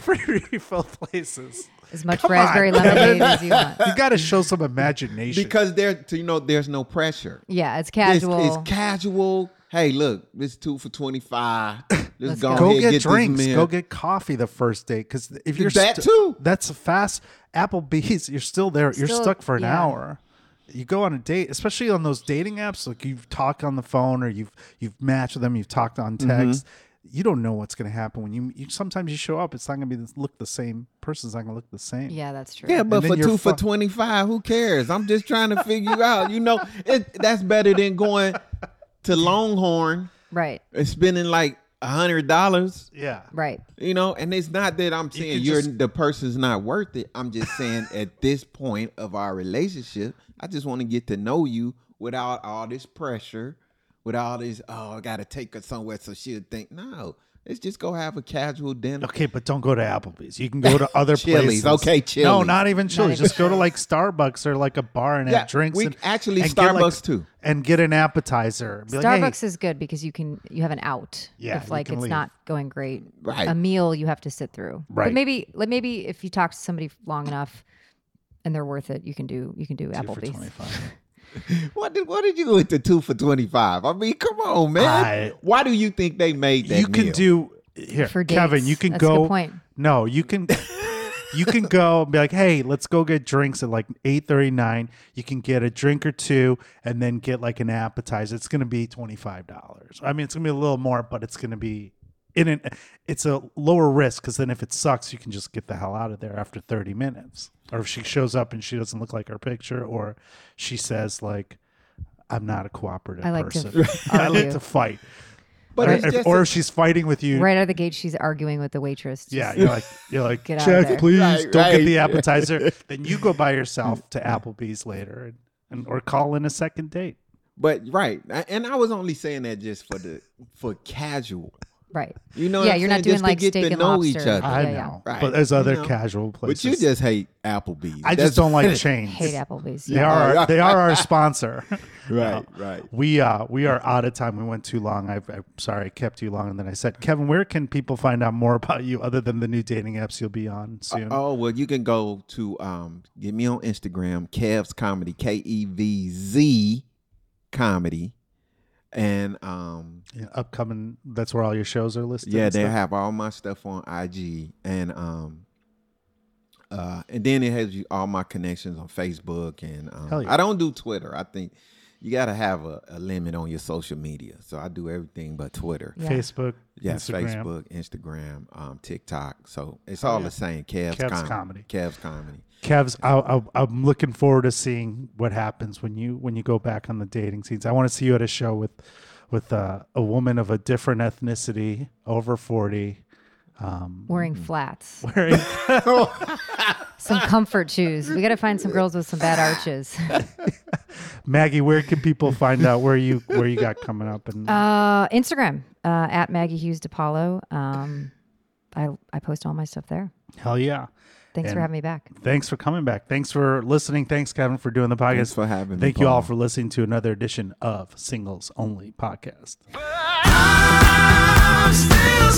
[SPEAKER 1] Free refill places.
[SPEAKER 2] As much
[SPEAKER 1] Come on,
[SPEAKER 2] raspberry
[SPEAKER 1] Kevin.
[SPEAKER 2] lemonade as you want.
[SPEAKER 1] You got to show some imagination.
[SPEAKER 3] Because there, you know, there's no pressure.
[SPEAKER 2] Yeah, it's
[SPEAKER 3] It's,
[SPEAKER 2] casual.
[SPEAKER 3] it's casual. Hey, look, this two for twenty five. Let's go,
[SPEAKER 1] go
[SPEAKER 3] ahead,
[SPEAKER 1] get,
[SPEAKER 3] this
[SPEAKER 1] drinks.
[SPEAKER 3] meal.
[SPEAKER 1] Go get coffee the first date because if you're
[SPEAKER 3] That
[SPEAKER 1] stu-
[SPEAKER 3] too.
[SPEAKER 1] that's a fast Applebee's. You're still there. you're
[SPEAKER 2] Still-
[SPEAKER 1] stuck for an
[SPEAKER 2] yeah.
[SPEAKER 1] hour. You go on a date, especially on those dating apps. Like you've talked on the phone or you've you've matched with them. You've talked on text. You don't know what's going to happen when you, you. Sometimes you show up, it's not going to be this- look the same. Person's not going to look the same.
[SPEAKER 2] yeah, that's true.
[SPEAKER 3] Yeah, but
[SPEAKER 1] then
[SPEAKER 3] for
[SPEAKER 1] you're
[SPEAKER 3] two for
[SPEAKER 1] fu-
[SPEAKER 3] twenty five, who cares? I'm just trying to figure out. You know, it, that's better than going to Longhorn
[SPEAKER 2] Right,
[SPEAKER 3] and spending like a hundred dollars.
[SPEAKER 1] Yeah.
[SPEAKER 2] right.
[SPEAKER 3] You know, and it's not that I'm saying
[SPEAKER 1] can
[SPEAKER 3] you are
[SPEAKER 1] just-
[SPEAKER 3] the person's not worth it. I'm just saying at this point of our relationship, I just want to get to know you without all this pressure, without all this, oh, I gotta take her somewhere so she'll think, no, let's just go have a casual dinner.
[SPEAKER 1] Okay, but don't go to Applebee's. You can go to other
[SPEAKER 3] Chili's.
[SPEAKER 1] places.
[SPEAKER 3] Okay,
[SPEAKER 1] No,
[SPEAKER 3] Chili's.
[SPEAKER 1] not even Chili's.
[SPEAKER 2] even
[SPEAKER 1] Just go to like Starbucks or like a bar and
[SPEAKER 3] Yeah,
[SPEAKER 1] have drinks.
[SPEAKER 3] we-
[SPEAKER 1] and,
[SPEAKER 3] actually
[SPEAKER 1] and get, like,
[SPEAKER 3] Starbucks, too.
[SPEAKER 1] And get an appetizer. Be like, hey,
[SPEAKER 2] Starbucks is good because you can you have an out.
[SPEAKER 1] Yeah,
[SPEAKER 2] if
[SPEAKER 1] you
[SPEAKER 2] like
[SPEAKER 1] can
[SPEAKER 2] it's
[SPEAKER 1] leave.
[SPEAKER 2] not going great.
[SPEAKER 3] Right.
[SPEAKER 1] um,
[SPEAKER 2] A meal you have to sit through.
[SPEAKER 1] Right.
[SPEAKER 2] But maybe like maybe if you talk to somebody long enough and they're worth it, you can do you can do
[SPEAKER 1] for
[SPEAKER 2] Applebee's.
[SPEAKER 1] 25.
[SPEAKER 3] What did what did you do with the two for twenty five? I mean, come on, man.
[SPEAKER 1] I-
[SPEAKER 3] Why do you think they made that?
[SPEAKER 1] you can
[SPEAKER 3] meal?
[SPEAKER 1] do here,
[SPEAKER 2] For
[SPEAKER 1] Kevin.
[SPEAKER 2] dates.
[SPEAKER 1] You can
[SPEAKER 2] That's a
[SPEAKER 1] go.
[SPEAKER 2] good point.
[SPEAKER 1] No, you can. you can go and be like, hey, let's go get drinks at like eight thirty nine. You can get a drink or two, and then get like an appetizer. It's gonna be twenty five dollars. I mean, it's gonna be a little more, but it's gonna be in an. It's a lower risk because then if it sucks, you can just get the hell out of there after thirty minutes. Or if she shows up and she doesn't look like her picture, or she says like. I'm not a cooperative
[SPEAKER 2] I like to
[SPEAKER 1] person. I like
[SPEAKER 2] argue.
[SPEAKER 1] to fight.
[SPEAKER 3] But
[SPEAKER 1] Or
[SPEAKER 3] it's
[SPEAKER 1] if,
[SPEAKER 3] just
[SPEAKER 1] or
[SPEAKER 3] a-
[SPEAKER 1] if she's fighting with you,
[SPEAKER 2] Right out of the gate, she's arguing with the waitress. Just-
[SPEAKER 1] yeah, you're like you're like
[SPEAKER 2] Get out of
[SPEAKER 1] check,
[SPEAKER 2] there."
[SPEAKER 1] please.
[SPEAKER 3] Right,
[SPEAKER 1] Don't get
[SPEAKER 3] right.
[SPEAKER 1] the appetizer. then you go by yourself to Applebee's later, and, and or call in a second date.
[SPEAKER 3] but right, I- and I was only saying that just for the for casual.
[SPEAKER 2] Right.
[SPEAKER 3] You know, what
[SPEAKER 2] yeah,
[SPEAKER 3] I'm
[SPEAKER 2] you're
[SPEAKER 3] saying?
[SPEAKER 2] not doing
[SPEAKER 3] just
[SPEAKER 2] like
[SPEAKER 3] to get
[SPEAKER 2] steak
[SPEAKER 3] to
[SPEAKER 2] and
[SPEAKER 3] know
[SPEAKER 2] lobster.
[SPEAKER 3] each other.
[SPEAKER 1] I
[SPEAKER 2] Yeah, yeah.
[SPEAKER 1] know,
[SPEAKER 3] Right.
[SPEAKER 1] but there's other
[SPEAKER 3] You know,
[SPEAKER 1] casual places.
[SPEAKER 3] But you just hate Applebee's.
[SPEAKER 1] I
[SPEAKER 3] That's-
[SPEAKER 1] just don't like chains.
[SPEAKER 2] Hate Applebee's.
[SPEAKER 1] They are our, they are our sponsor.
[SPEAKER 3] Right, right.
[SPEAKER 1] We uh we are out of time. We went too long. I, I'm sorry I kept you long. And then I said, Kevin, where can people find out more about you other than the new dating apps you'll be on soon?
[SPEAKER 3] Oh well, you can go to um, get me on Instagram, Kev's Comedy, K E V Z Comedy, and um,
[SPEAKER 1] Yeah, upcoming. That's where all your shows are listed.
[SPEAKER 3] yeah,
[SPEAKER 1] and
[SPEAKER 3] they
[SPEAKER 1] stuff?
[SPEAKER 3] have all my stuff on IG, and um, uh, and then it has you all my connections on Facebook, and
[SPEAKER 1] Hell
[SPEAKER 3] um,
[SPEAKER 1] yeah.
[SPEAKER 3] I don't do Twitter. I think you got to have a, a limit on your social media, so I do everything but Twitter.
[SPEAKER 2] Yeah.
[SPEAKER 1] Facebook,
[SPEAKER 3] Yeah,
[SPEAKER 1] Instagram.
[SPEAKER 3] Facebook, Instagram, um, TikTok. So it's all the same. Kev's,
[SPEAKER 1] Kev's
[SPEAKER 3] comedy.
[SPEAKER 1] Comedy.
[SPEAKER 3] Kev's comedy.
[SPEAKER 1] Kev's, I, I, I'm looking forward to seeing what happens when you when you go back on the dating scenes. I want to see you at a show with with uh, a woman of a different ethnicity, over forty,
[SPEAKER 2] Wearing flats.
[SPEAKER 1] wearing
[SPEAKER 2] Some comfort shoes. We got to find some girls with some bad arches.
[SPEAKER 1] Maggie. Where can people find out where you where you got coming up? And
[SPEAKER 2] Uh, Instagram uh, at Maggie Hughes DePaulo. Um, I I post all my stuff there.
[SPEAKER 1] hell yeah,
[SPEAKER 2] Thanks
[SPEAKER 1] And-
[SPEAKER 2] for having me back.
[SPEAKER 1] thanks for coming back. Thanks for listening. Thanks Kevin for doing the podcast.
[SPEAKER 3] Thanks for having me,
[SPEAKER 1] Thank you all
[SPEAKER 3] Paul.
[SPEAKER 1] for listening to another edition of Singles Only Podcast.
[SPEAKER 4] I'm still